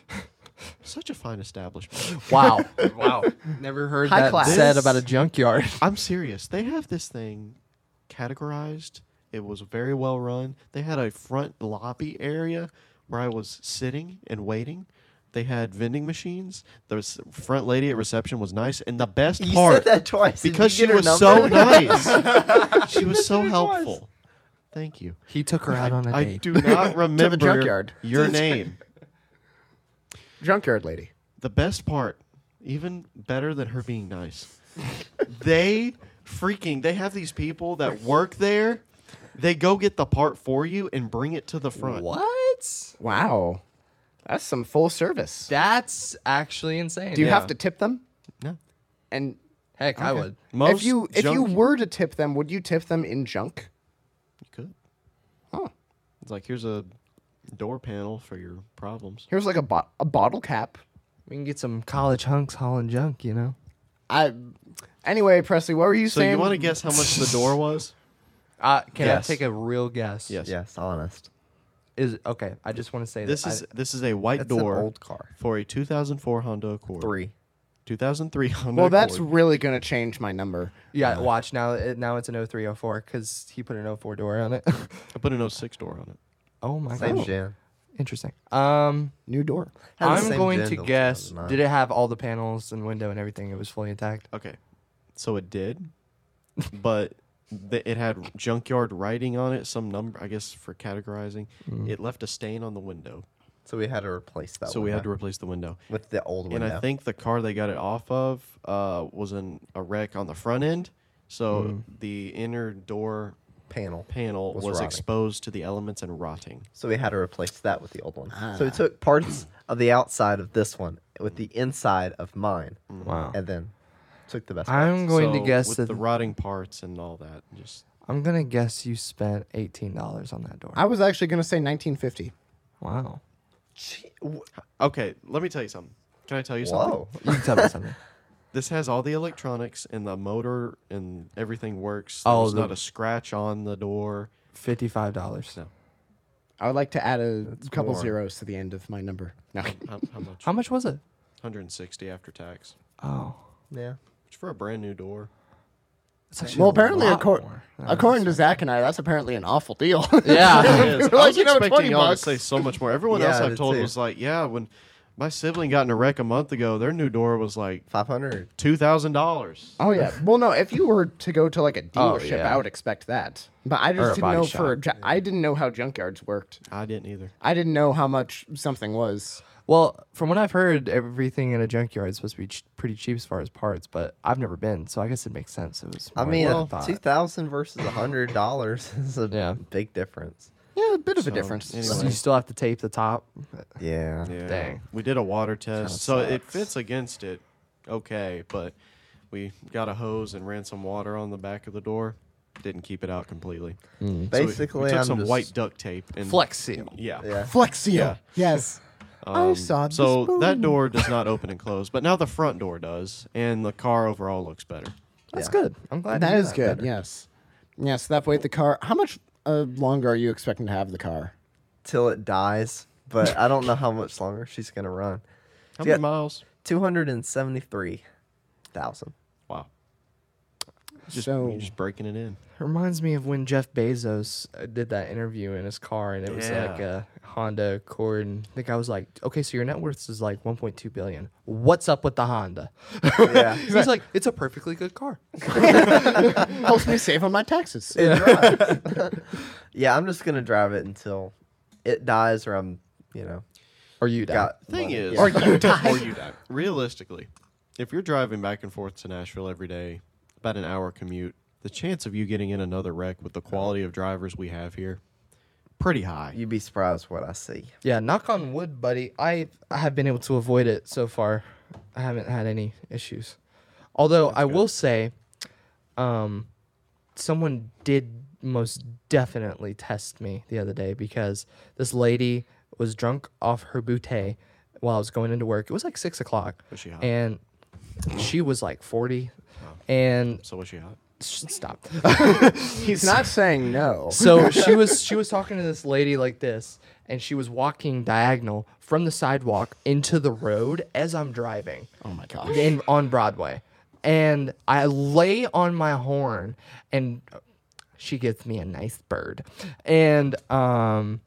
B: Such a fine establishment.
D: Wow, wow. Never heard
A: High
D: that
A: class.
D: said about a junkyard.
B: I'm serious. They have this thing categorized. It was very well run. They had a front lobby area where I was sitting and waiting. They had vending machines. The res- front lady at reception was nice, and the best
C: You
B: part
C: said that twice Did
B: because she
C: you get her
B: was so
C: number?
B: nice. she was so helpful. Thank you.
D: He took her out on a
B: I
D: date.
B: do not remember
A: junkyard.
B: your name.
A: junkyard lady.
B: the best part, even better than her being nice, they freaking they have these people that work there. They go get the part for you and bring it to the front.
D: What?
A: Wow. That's some full service.
D: That's actually insane.
A: Do you
B: Yeah.
A: have to tip them?
B: No.
A: And
D: Heck, I would.
B: Most
A: if you if you
B: junk-
A: were to tip them, would you tip them in junk?
B: You could.
A: Huh.
B: It's like here's a door panel for your problems.
A: Here's like a bo- a bottle cap.
D: We can get some college hunks hauling junk, you know.
A: I. Anyway, Presley, what were you
B: So
A: saying?
B: you want to guess how much the door was?
D: Uh, can
B: Yes.
D: I take a real guess?
B: Yes.
C: Yes, honest.
D: Is okay. I just want to say
B: This
D: that I-
B: is this is a white
C: That's
B: door
C: an old car.
B: for a 2004 Honda Accord.
C: Three.
B: 2003 Honda.
A: well, that's
B: Accord.
A: really gonna change my number.
D: yeah. Watch now. It, now it's an 0304 because he put an 04 door on it.
B: I put an 06 door on it.
D: oh my
C: Same
D: god.
C: gen.
D: Interesting. Um,
A: New door.
C: Had the
D: I'm
C: same
D: going
C: gen
D: to
C: till
D: guess.
C: 2009.
D: Did it have all the panels and window and everything? It was fully intact.
B: Okay, so it did, but th- it had junkyard writing on it. Some number, I guess, for categorizing.
C: Mm-hmm.
B: It left a stain on the window,
C: So we had to replace that.
B: so we had to
C: window
B: replace the window.
C: with the old
B: and
C: window.
B: I think the car they got it off of uh, was in a wreck on the front end, so the inner door
C: panel.
B: panel was,
C: Mm. Was rotting.
B: exposed to the elements and rotting.
C: So we had to replace that with the old one. So we took parts of the outside of this one with the inside of mine,
B: Mm-hmm.
D: Wow.
C: and then took the best.
D: I'm
C: parts.
D: going
B: So
D: to guess
B: with
D: that
B: the rotting parts and all that. Just
D: I'm gonna guess you spent eighteen dollars on that door.
A: I was actually gonna say 1950.
D: wow.
B: okay. Let me tell you something. Can I tell you something?
C: Whoa.
D: You can tell me something.
B: This has all the electronics and the motor and everything works.
D: Oh,
B: There's
D: the-
B: not a scratch on the door.
D: Fifty-five dollars.
B: No.
A: I would like to add a couple
C: more.
A: zeros to the end of my number. No.
B: How, how much?
D: How much was it?
B: 160 after tax.
D: Oh,
C: Yeah.
B: Which for a brand new door.
D: that's actually
A: Well, apparently,
D: a lot
A: acor-
D: more. Uh,
A: according to Zach and I, that's apparently an awful deal.
D: yeah.
B: It is.
A: Like,
B: I was
A: you know,
B: expecting
A: 20
B: y'all to
A: bucks.
B: say so much more. Everyone
C: Yeah,
B: else
C: I
B: I've
C: did
B: told
C: too.
B: was like, yeah, when my sibling got in a wreck a month ago, their new door was like
C: Five hundred.
B: two thousand dollars.
A: Oh yeah. Well, no. If you were to go to like a dealership,
D: Oh, yeah.
A: I would expect that. But I
D: Or a
A: just didn't
D: body
A: know for ju- I didn't know how junkyards worked.
B: I didn't either.
A: I didn't know how much something was.
D: Well, from what I've heard, everything in a junkyard is supposed to be ch- pretty cheap as far as parts, but I've never been, so I guess it makes sense. It was.
C: I
D: more
C: mean,
D: than thought.
C: two thousand versus hundred dollars is a
D: Yeah.
C: big difference.
A: Yeah, a bit of a
B: So,
A: difference.
B: anyway.
D: you still have to tape the top.
C: Yeah.
B: Yeah.
D: Dang.
B: We did a water test, so it
D: sucks.
B: fits against it, okay. But we got a hose and ran some water on the back of the door. Didn't keep it out completely. So we-
C: Basically,
B: we, took
C: I'm
B: some
C: just,
B: white duct tape and
D: Mm. Flex Mm. seal.
B: Yeah.
C: Yeah.
A: Flex seal.
B: Yeah.
A: Yes. I
B: Um,
A: saw the
B: so that
A: spoon.
B: door does not open and close, but now the front door does, and the car overall looks better.
D: That's
C: Yeah.
D: good. I'm glad.
A: That
D: you
A: is good. Yes. Yes. That way the car. How much uh, longer are you expecting to have the car?
C: till it dies, but I don't know how much longer she's gonna run.
B: How
C: Yeah.
B: many miles?
C: Two hundred and seventy-three thousand.
B: Wow. Just,
A: So-
B: you're just breaking it in.
D: Reminds me of when Jeff Bezos uh, did that interview in his car, and it was like
B: Yeah.
D: a Honda Accord. And the guy was like, "Okay, so your net worth is like 1.2 billion. What's up with the Honda?"
C: Yeah.
D: He's like, "It's a perfectly good car."
A: Helps me save on my taxes.
C: Yeah, I'm just gonna drive it until it dies, or I'm, you know,
D: Or you die.
C: got
B: Thing
C: money.
B: is,
C: Yeah.
B: you die. or you die. Realistically, if you're driving back and forth to Nashville every day, about an hour commute, the chance of you getting in another wreck with the quality of drivers we have here, pretty high.
C: you'd be surprised what I see.
D: Yeah, knock on wood, buddy. I I have been able to avoid it so far. I haven't had any issues. Although I will say, um, someone did most definitely test me the other day because this lady was drunk off her bootay while I was going into work. It was like six o'clock.
B: Was she hot?
D: And she was like forty. And
B: So was she hot?
D: sh- stop.
A: He's not saying no.
D: So she was she was talking to this lady like this, and she was walking diagonal from the sidewalk into the road as I'm driving
A: Oh my gosh.
D: in on Broadway, and I lay on my horn, and she gives me a nice bird, and um,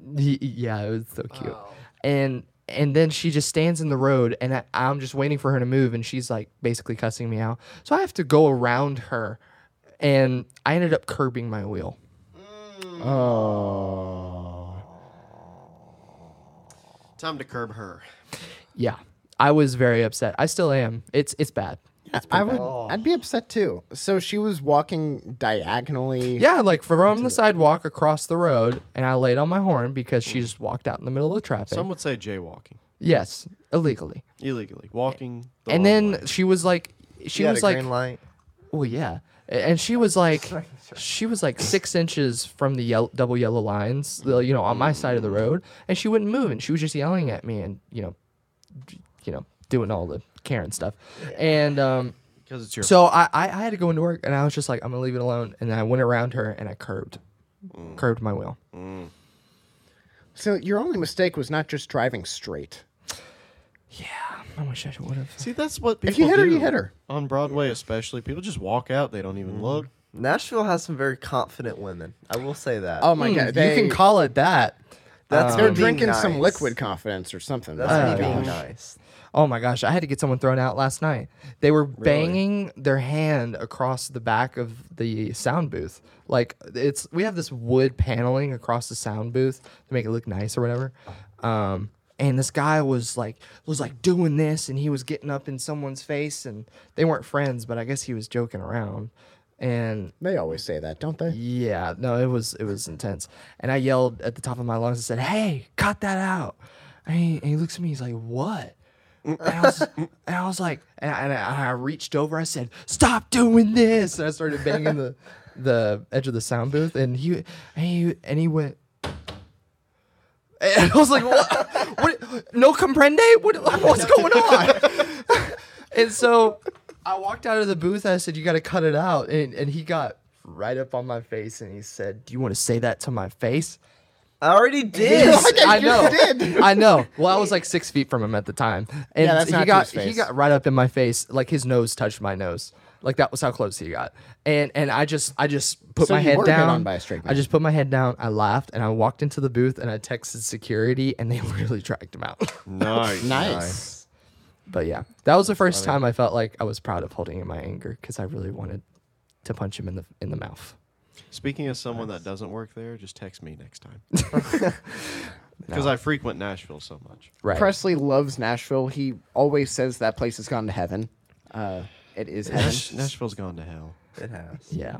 D: y- yeah, it was so cute, and. And then she just stands in the road, and I, I'm just waiting for her to move, and she's like basically cussing me out. So I have to go around her, and I ended up curbing my wheel.
B: Time to curb her.
D: Yeah. I was very upset. I still am. It's it's bad.
A: I would. I'd be upset too. So she was walking diagonally.
D: Yeah, like from the sidewalk across the road, and I laid on my horn because
C: Mm.
D: she just walked out in the middle of traffic.
B: Some would say jaywalking,
D: yes, illegally.
B: illegally walking. The
D: and
B: wrong
D: then
B: way.
D: she was like, she
C: You had
D: was
C: a
D: like
C: green light.
D: Well, yeah, A- and she was like, she was like six inches from the yellow, double yellow lines, the- you know, on my side of the road, and she wouldn't move, and she was just yelling at me, and you know, d- you know, doing all the Karen stuff, and um,
B: because it's your
D: so I, I I had to go into work, and I was just like, I'm gonna leave it alone, and I went around her, and I curved, curved my wheel.
A: So your only mistake was not just driving straight.
D: I wish Oh I would have.
B: See, that's what people
A: If you hit her,
B: do.
A: you hit her.
B: On Broadway, especially, people just walk out. They don't even look.
C: Nashville has some very confident women. I will say that. Mm.
A: Oh my god, they,
D: you can call it that.
C: that's
A: They're
C: me um, being
A: drinking some
C: nice.
A: liquid confidence or something.
C: That's
A: Oh,
C: me
A: gosh.
C: being nice.
D: Oh my gosh, I had to get someone thrown out last night. They were banging their hand across the back of the sound booth. Like it's we have this wood paneling across the sound booth to make it look nice or whatever. Um and this guy was like was like doing this and he was getting up in someone's face and they weren't friends, but I guess he was joking around. And
A: They always say that, don't they?
D: yeah, no, it was it was intense. And I yelled at the top of my lungs and said, "Hey, cut that out!" And he, and he looks at me. He's like, "What?" And I was, and I was like, and I, and I I reached over. I said, "Stop doing this!" And I started banging the the edge of the sound booth. And he and he and he went. And I was like, "What? what no comprende? What, what's going on?" And so I walked out of the booth. I said, "You got to cut it out." And and he got right up on my face and he said, "Do you want to say that to my face?"
C: I already did.
D: I know.
A: did.
D: I know. Well, I was like six feet from him at the time, and
A: Yeah, that's
D: he
A: not to
D: got
A: his face.
D: he got right up in my face. Like his nose touched my nose. Like that was how close he got. And and I just I just put
A: So
D: my
A: you
D: head
A: were hit
D: down.
A: on by a straight man.
D: I just put my head down. I laughed and I walked into the booth and I texted security and they literally dragged him out.
B: Nice.
A: Nice.
D: but yeah, that was the first time I felt like I was proud of holding in my anger because I really wanted to punch him in the in the mouth.
B: Speaking of someone that doesn't work there, just text me next time. Because I frequent Nashville so much.
D: Right.
A: Presley loves Nashville. He always says that place has gone to heaven. Uh, it is heaven.
B: Nash- Nashville's gone to hell.
C: It has.
D: yeah.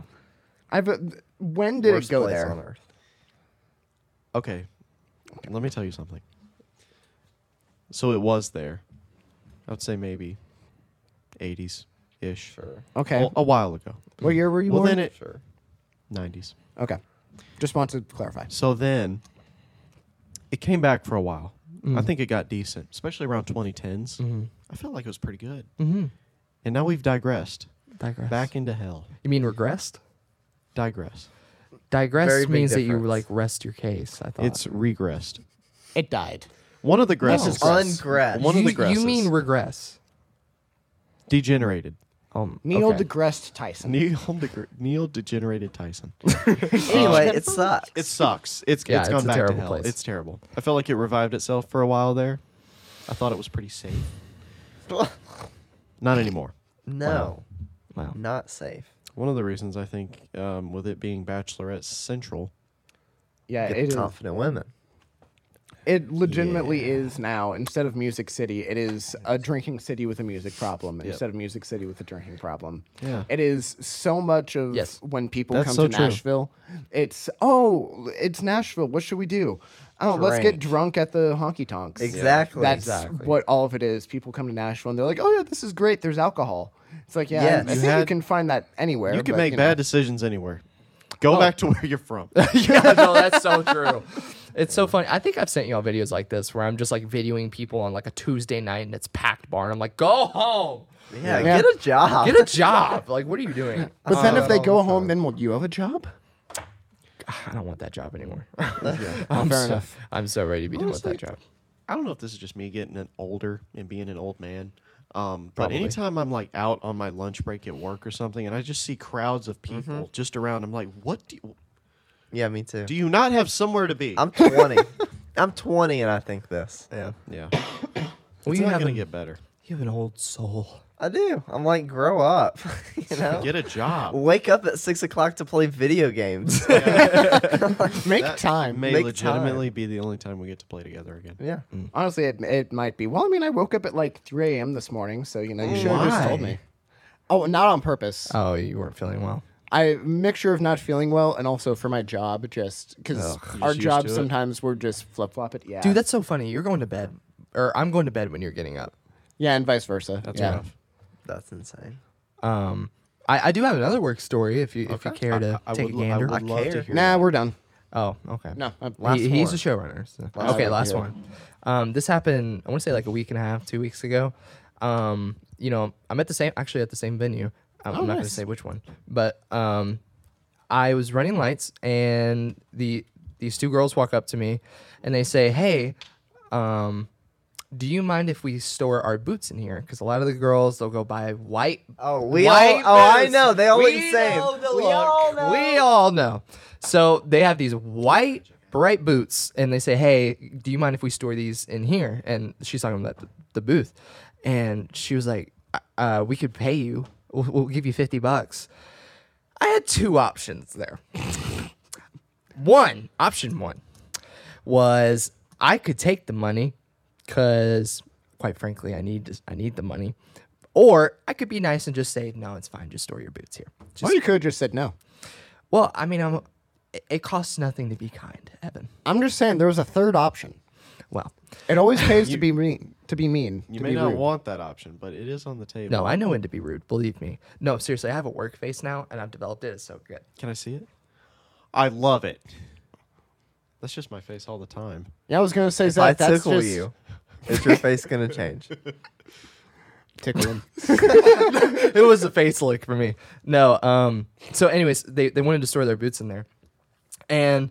A: I've, uh, when did
C: Worst
A: it go
C: place
A: there?
C: on earth.
B: Okay. Let me tell you something. So it was there. I would say maybe 80s ish.
C: Sure.
A: Okay.
B: A while ago.
A: what year were you
B: Well,
A: born?
B: then it.
C: Sure.
B: 90s.
A: okay. Just want to clarify.
B: So then it came back for a while. I think it got decent, especially around 2010s. I felt like it was pretty good.
D: Mm-hmm.
B: And now we've digressed
D: Digress.
B: back into hell.
D: You mean regressed?
B: Digress.
D: Digress
C: Very big
D: means that you
C: difference.
D: like rest your case. I thought
B: It's regressed.
A: It died.
B: One of the grasses.
C: Ungress.
B: One of
D: you,
B: the grasses.
D: You mean regress?
B: degenerated?
D: Um,
A: Neil
D: okay.
A: deGrasse Tyson.
B: Neil, degr Neil degenerated Tyson.
C: Anyway, it sucks.
B: It sucks. It's
D: Yeah,
B: it's
D: it's
B: gone
D: a
B: back to
D: terrible
B: hell.
D: place.
B: It's terrible. I felt like it revived itself for a while there. I thought it was pretty safe. Not anymore.
C: no,
D: Wow.
C: not safe.
B: One of the reasons I think, um, with it being Bachelorette Central,
A: Yeah,
C: Get
A: it is.
C: confident women.
A: It legitimately is now. Instead of Music City, it is a drinking city with a music problem. Instead of Music City with a drinking problem.
B: Yeah.
A: It is so much of
D: Yes.
A: when people
B: That's
A: come
B: so
A: to
B: true.
A: Nashville. It's oh, it's Nashville. What should we do? Oh, let's get
C: Drink.
A: drunk at the honky tonks.
C: Exactly.
A: That's
D: Exactly.
A: what all of it is. People come to Nashville and they're like, "Oh yeah, this is great. There's alcohol." It's like, yeah,
C: Yes.
A: I
C: You
A: think you
B: had-
A: can find that anywhere.
B: you can
A: but,
B: make
A: you know.
B: bad decisions anywhere.
D: Oh.
B: Go back to where you're from.
D: yeah, no, that's so true. It's so funny. I think I've sent y'all videos like this where I'm just like videoing people on like a Tuesday night and it's packed bar and I'm like, go home,
C: Yeah,
A: Yeah.
C: Get a job.
D: get a job. like, what are you doing? Uh,
A: But then if they
B: Oh.
A: go home, then will you have a job?
D: I don't want that job anymore.
A: Oh,
D: I'm
A: fair
D: so,
A: enough.
D: I'm so ready to be done
B: Honestly,
D: with that job.
B: I don't know if this is just me getting an older and being an old man. Um, but
D: Probably.
B: anytime I'm like out on my lunch break at work or something, and I just see crowds of
D: Mm-hmm.
B: people just around, I'm like, "What do you,
C: Yeah, me too.
B: do you not have somewhere to be?"
C: I'm 20. I'm 20 and I think this.
D: Yeah.
B: yeah,
D: Well,
B: it's
D: you
B: not
D: have,
B: gonna
D: an,
B: get better.
D: you have an old soul.
C: I do. I'm like, grow up. you know?
B: Get a job.
C: Wake up at 6 o'clock to play video games.
A: Make
B: That
A: time.
B: may
C: Make
B: legitimately be the only time we get to play together again.
C: yeah.
A: Honestly, it, it might be. Well, I mean, I woke up at like 3 a.m. this morning, so you know, you should have just told
D: Why?
A: me. Oh, not on purpose.
D: Oh, you weren't feeling well.
A: I mixture of not feeling well and also for my job, just because
B: You're
A: our
B: just used to
A: jobs
B: it.
A: sometimes we're just flip flop it. Yeah,
D: Dude, that's so funny. You're going to bed, or I'm going to bed when you're getting up.
A: yeah, and vice versa.
B: That's
A: yeah.
B: rough.
C: That's insane.
D: Um, I, I do have another work story if you if you care to
B: I
D: take
B: would,
D: a
B: lo- I
D: gander.
B: would
C: I
B: love to
C: care.
B: hear.
A: Nah, we're done.
D: Oh, okay.
A: No, uh,
D: He-
A: last
D: he's
A: one.
D: the showrunner. so-
A: Last
D: okay,
A: one,
D: last
A: yeah.
D: one. Um, this happened. I want to say like a week and a half, two weeks ago. Um, you know, I'm at the same, actually at the same venue. I'm, I'm not going to
A: Oh, nice.
D: say which one, but um, I was running lights, and the these two girls walk up to me, and they say, "Hey, um, do you mind if we store our boots in here? Because a lot of the girls they'll go buy white
C: Oh, we all.
D: White
C: Oh, I
D: boots.
C: know. They all
D: We
C: look the same.
D: know the look. We all know. So they have these white, bright boots, and they say, "Hey, do you mind if we store these in here?" And she's talking about the, the booth, and she was like, uh, "We could pay you. We'll, we'll give you fifty bucks." I had two options there. one option one was I could take the money because quite frankly I need to, I need the money or I could be nice and just say no it's fine just store your boots here just,
A: Or you could have just said no.
D: well I mean I'm, it, it costs nothing to be kind Evan
A: I'm just saying there was a third option.
D: well
A: It always pays to be mean. To be mean.
B: You
A: to
B: may
A: be
B: not
A: rude.
B: want that option, but it is on the table.
D: no I know when to be rude believe me no seriously I have a work face now and I've developed it it's so good
B: Can I see it? I love it. That's just my face all the time.
A: Yeah, I was gonna say
C: If I
A: Zach. That's
C: tickle
A: just
C: you, is your face gonna change?
A: tickle him.
D: it was a face lick for me. No, um. So, anyways, they, they wanted to store their boots in there, and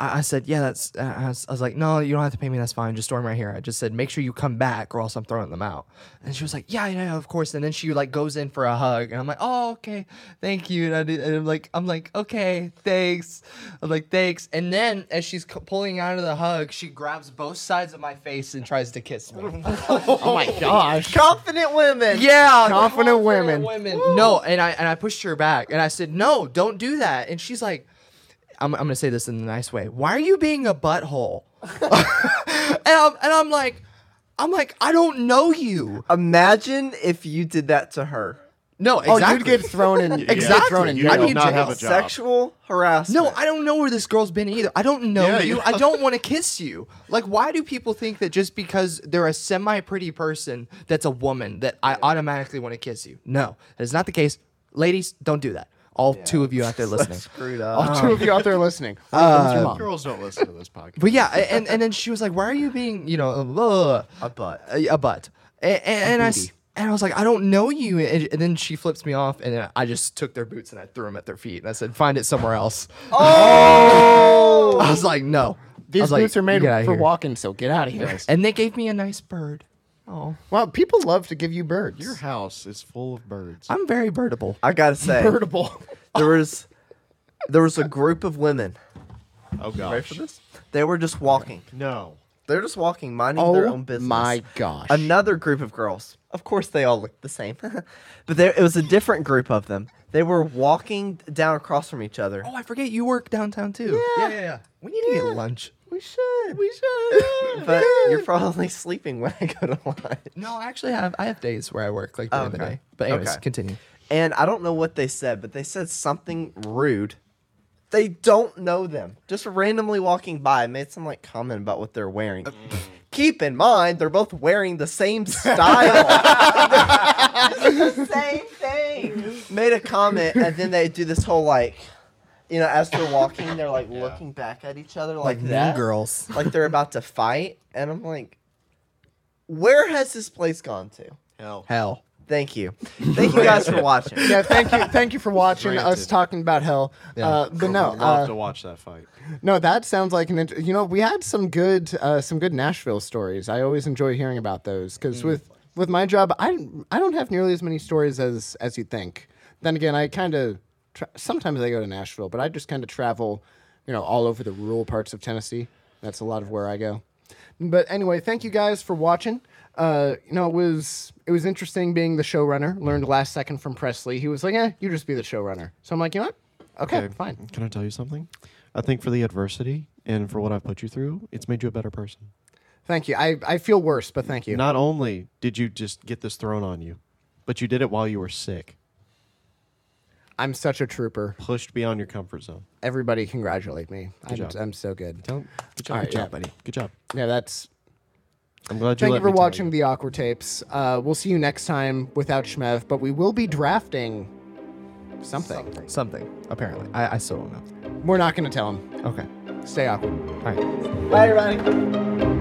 D: I, I said, yeah, that's. Uh, I, was, I was like, no, you don't have to pay me. That's fine. Just store them right here. I just said, make sure you come back, or else I'm throwing them out. And she was like, yeah, yeah, of course. And then she like goes in for a hug, and I'm like, oh, okay, thank you. And, I did, and I'm like, I'm like, okay, thanks. I'm like, thanks. And then as she's c- pulling out of the hug, she grabs both sides of my face and tries to kiss me.
A: oh my gosh.
C: Confident women.
D: Yeah,
A: Confident
D: confident
A: women.
D: No, and I and I pushed her back and I said, "No, don't do that." And she's like, "I'm, I'm gonna say this in a nice way. Why are you being a butthole?" and I'm and I'm like, I'm like, I don't know you.
C: Imagine if you did that to her.
D: No,
A: Oh,
D: exactly.
A: you'd get thrown in. You'd get
D: Exactly.
A: thrown in
B: You would
A: jail.
D: mean,
B: not
D: jail.
B: have a job.
C: Sexual harassment.
D: no, I don't know where this girl's been either. I don't know
B: Yeah,
D: you.
B: you-
D: I don't want to kiss you. Like, why do people think that just because they're a semi-pretty person that's a woman that I automatically want to kiss you? No, that is not the case. Ladies, don't do that. All two of you out there listening.
C: screwed up.
D: Oh,
A: All two of you out there listening. One of them's your mom.
B: Girls don't listen to this podcast.
D: But yeah, a- and, and then she was like, "Why are you being, you know, blah,
C: a butt.
D: a, a butt?" And, and, I s- and I was like, "I don't know you." And, and then she flips me off, and then I just took their boots and I threw them at their feet, and I said, "Find it somewhere else." Oh! I was like, "No." I
A: These
D: was like,
A: boots are made
D: "Get outta
A: for
D: here."
A: walking, so get out of here.
D: And they gave me a nice bird. Oh,
A: Wow, people love to give you birds.
B: Your house is full of birds.
D: I'm very birdable.
C: I gotta say,
A: birdable.
C: there was there was a group of women.
B: oh gosh.
C: They were just walking.
B: No.
C: They're just walking, minding their
A: Oh
C: own business.
A: my gosh.
C: Another group of girls. Of course, they all looked the same, but there it was a different group of them. They were walking down across from each other.
D: Oh, I forget you work downtown too.
C: Yeah.
D: yeah, yeah. We need to get lunch.
C: We should. We should. but you're probably sleeping when I go to lunch.
D: No, I actually have. I have days where I work like during the
C: Okay.
D: day. But anyways,
C: Okay.
D: continue.
C: And I don't know what they said, but they said something rude. They don't know them. Just randomly walking by made some like comment about what they're wearing. Keep in mind, they're both wearing the same style. the same thing. Made a comment, and then they do this whole like, you know, as they're walking, they're like looking back at each other like, that.
D: girls.
C: like they're about to fight. And I'm like, where has this place gone to?
B: Hell.
D: Hell.
C: Thank you. Thank you guys for watching.
A: yeah, thank you, thank you for watching us
B: Granted.
A: talking about hell. Uh, but no,
B: I would love
A: uh,
B: to watch that fight.
A: No, that sounds like an. Int- you know, we had some good, uh, some good Nashville stories. I always enjoy hearing about those because with with my job, I I don't have nearly as many stories as as you think. Then again, I kind of tra- sometimes I go to Nashville, but I just kind of travel, you know, all over the rural parts of Tennessee. That's a lot of where I go. But anyway, thank you guys for watching. Uh, you know, it was it was interesting being the showrunner. Learned last second from Presley. He was like, "Eh, you just be the showrunner." So I'm like, you know what? Okay, fine.
B: Can I tell you something? I think for the adversity and for what I've put you through, it's made you a better person.
A: Thank you. I, I feel worse, but thank you.
B: Not only did you just get this thrown on you, but you did it while you were sick,
A: I'm such a trooper.
B: pushed beyond your comfort zone.
A: Everybody congratulate me. I'm,
B: job.
A: I'm so good.
B: Tell 'em- Good job,
A: All right,
B: good job
A: yeah.
B: buddy. Good job.
A: Yeah, that's
B: I'm glad you
A: Thank
B: let
A: you for
B: me tell
A: watching the Awkward Tapes. Uh, we'll see you next time without Shmev, but we will be drafting something.
D: Something, apparently. I, I still don't know.
A: We're not going to tell him.
D: Okay.
A: Stay awkward.
D: All right.
C: Bye, everybody.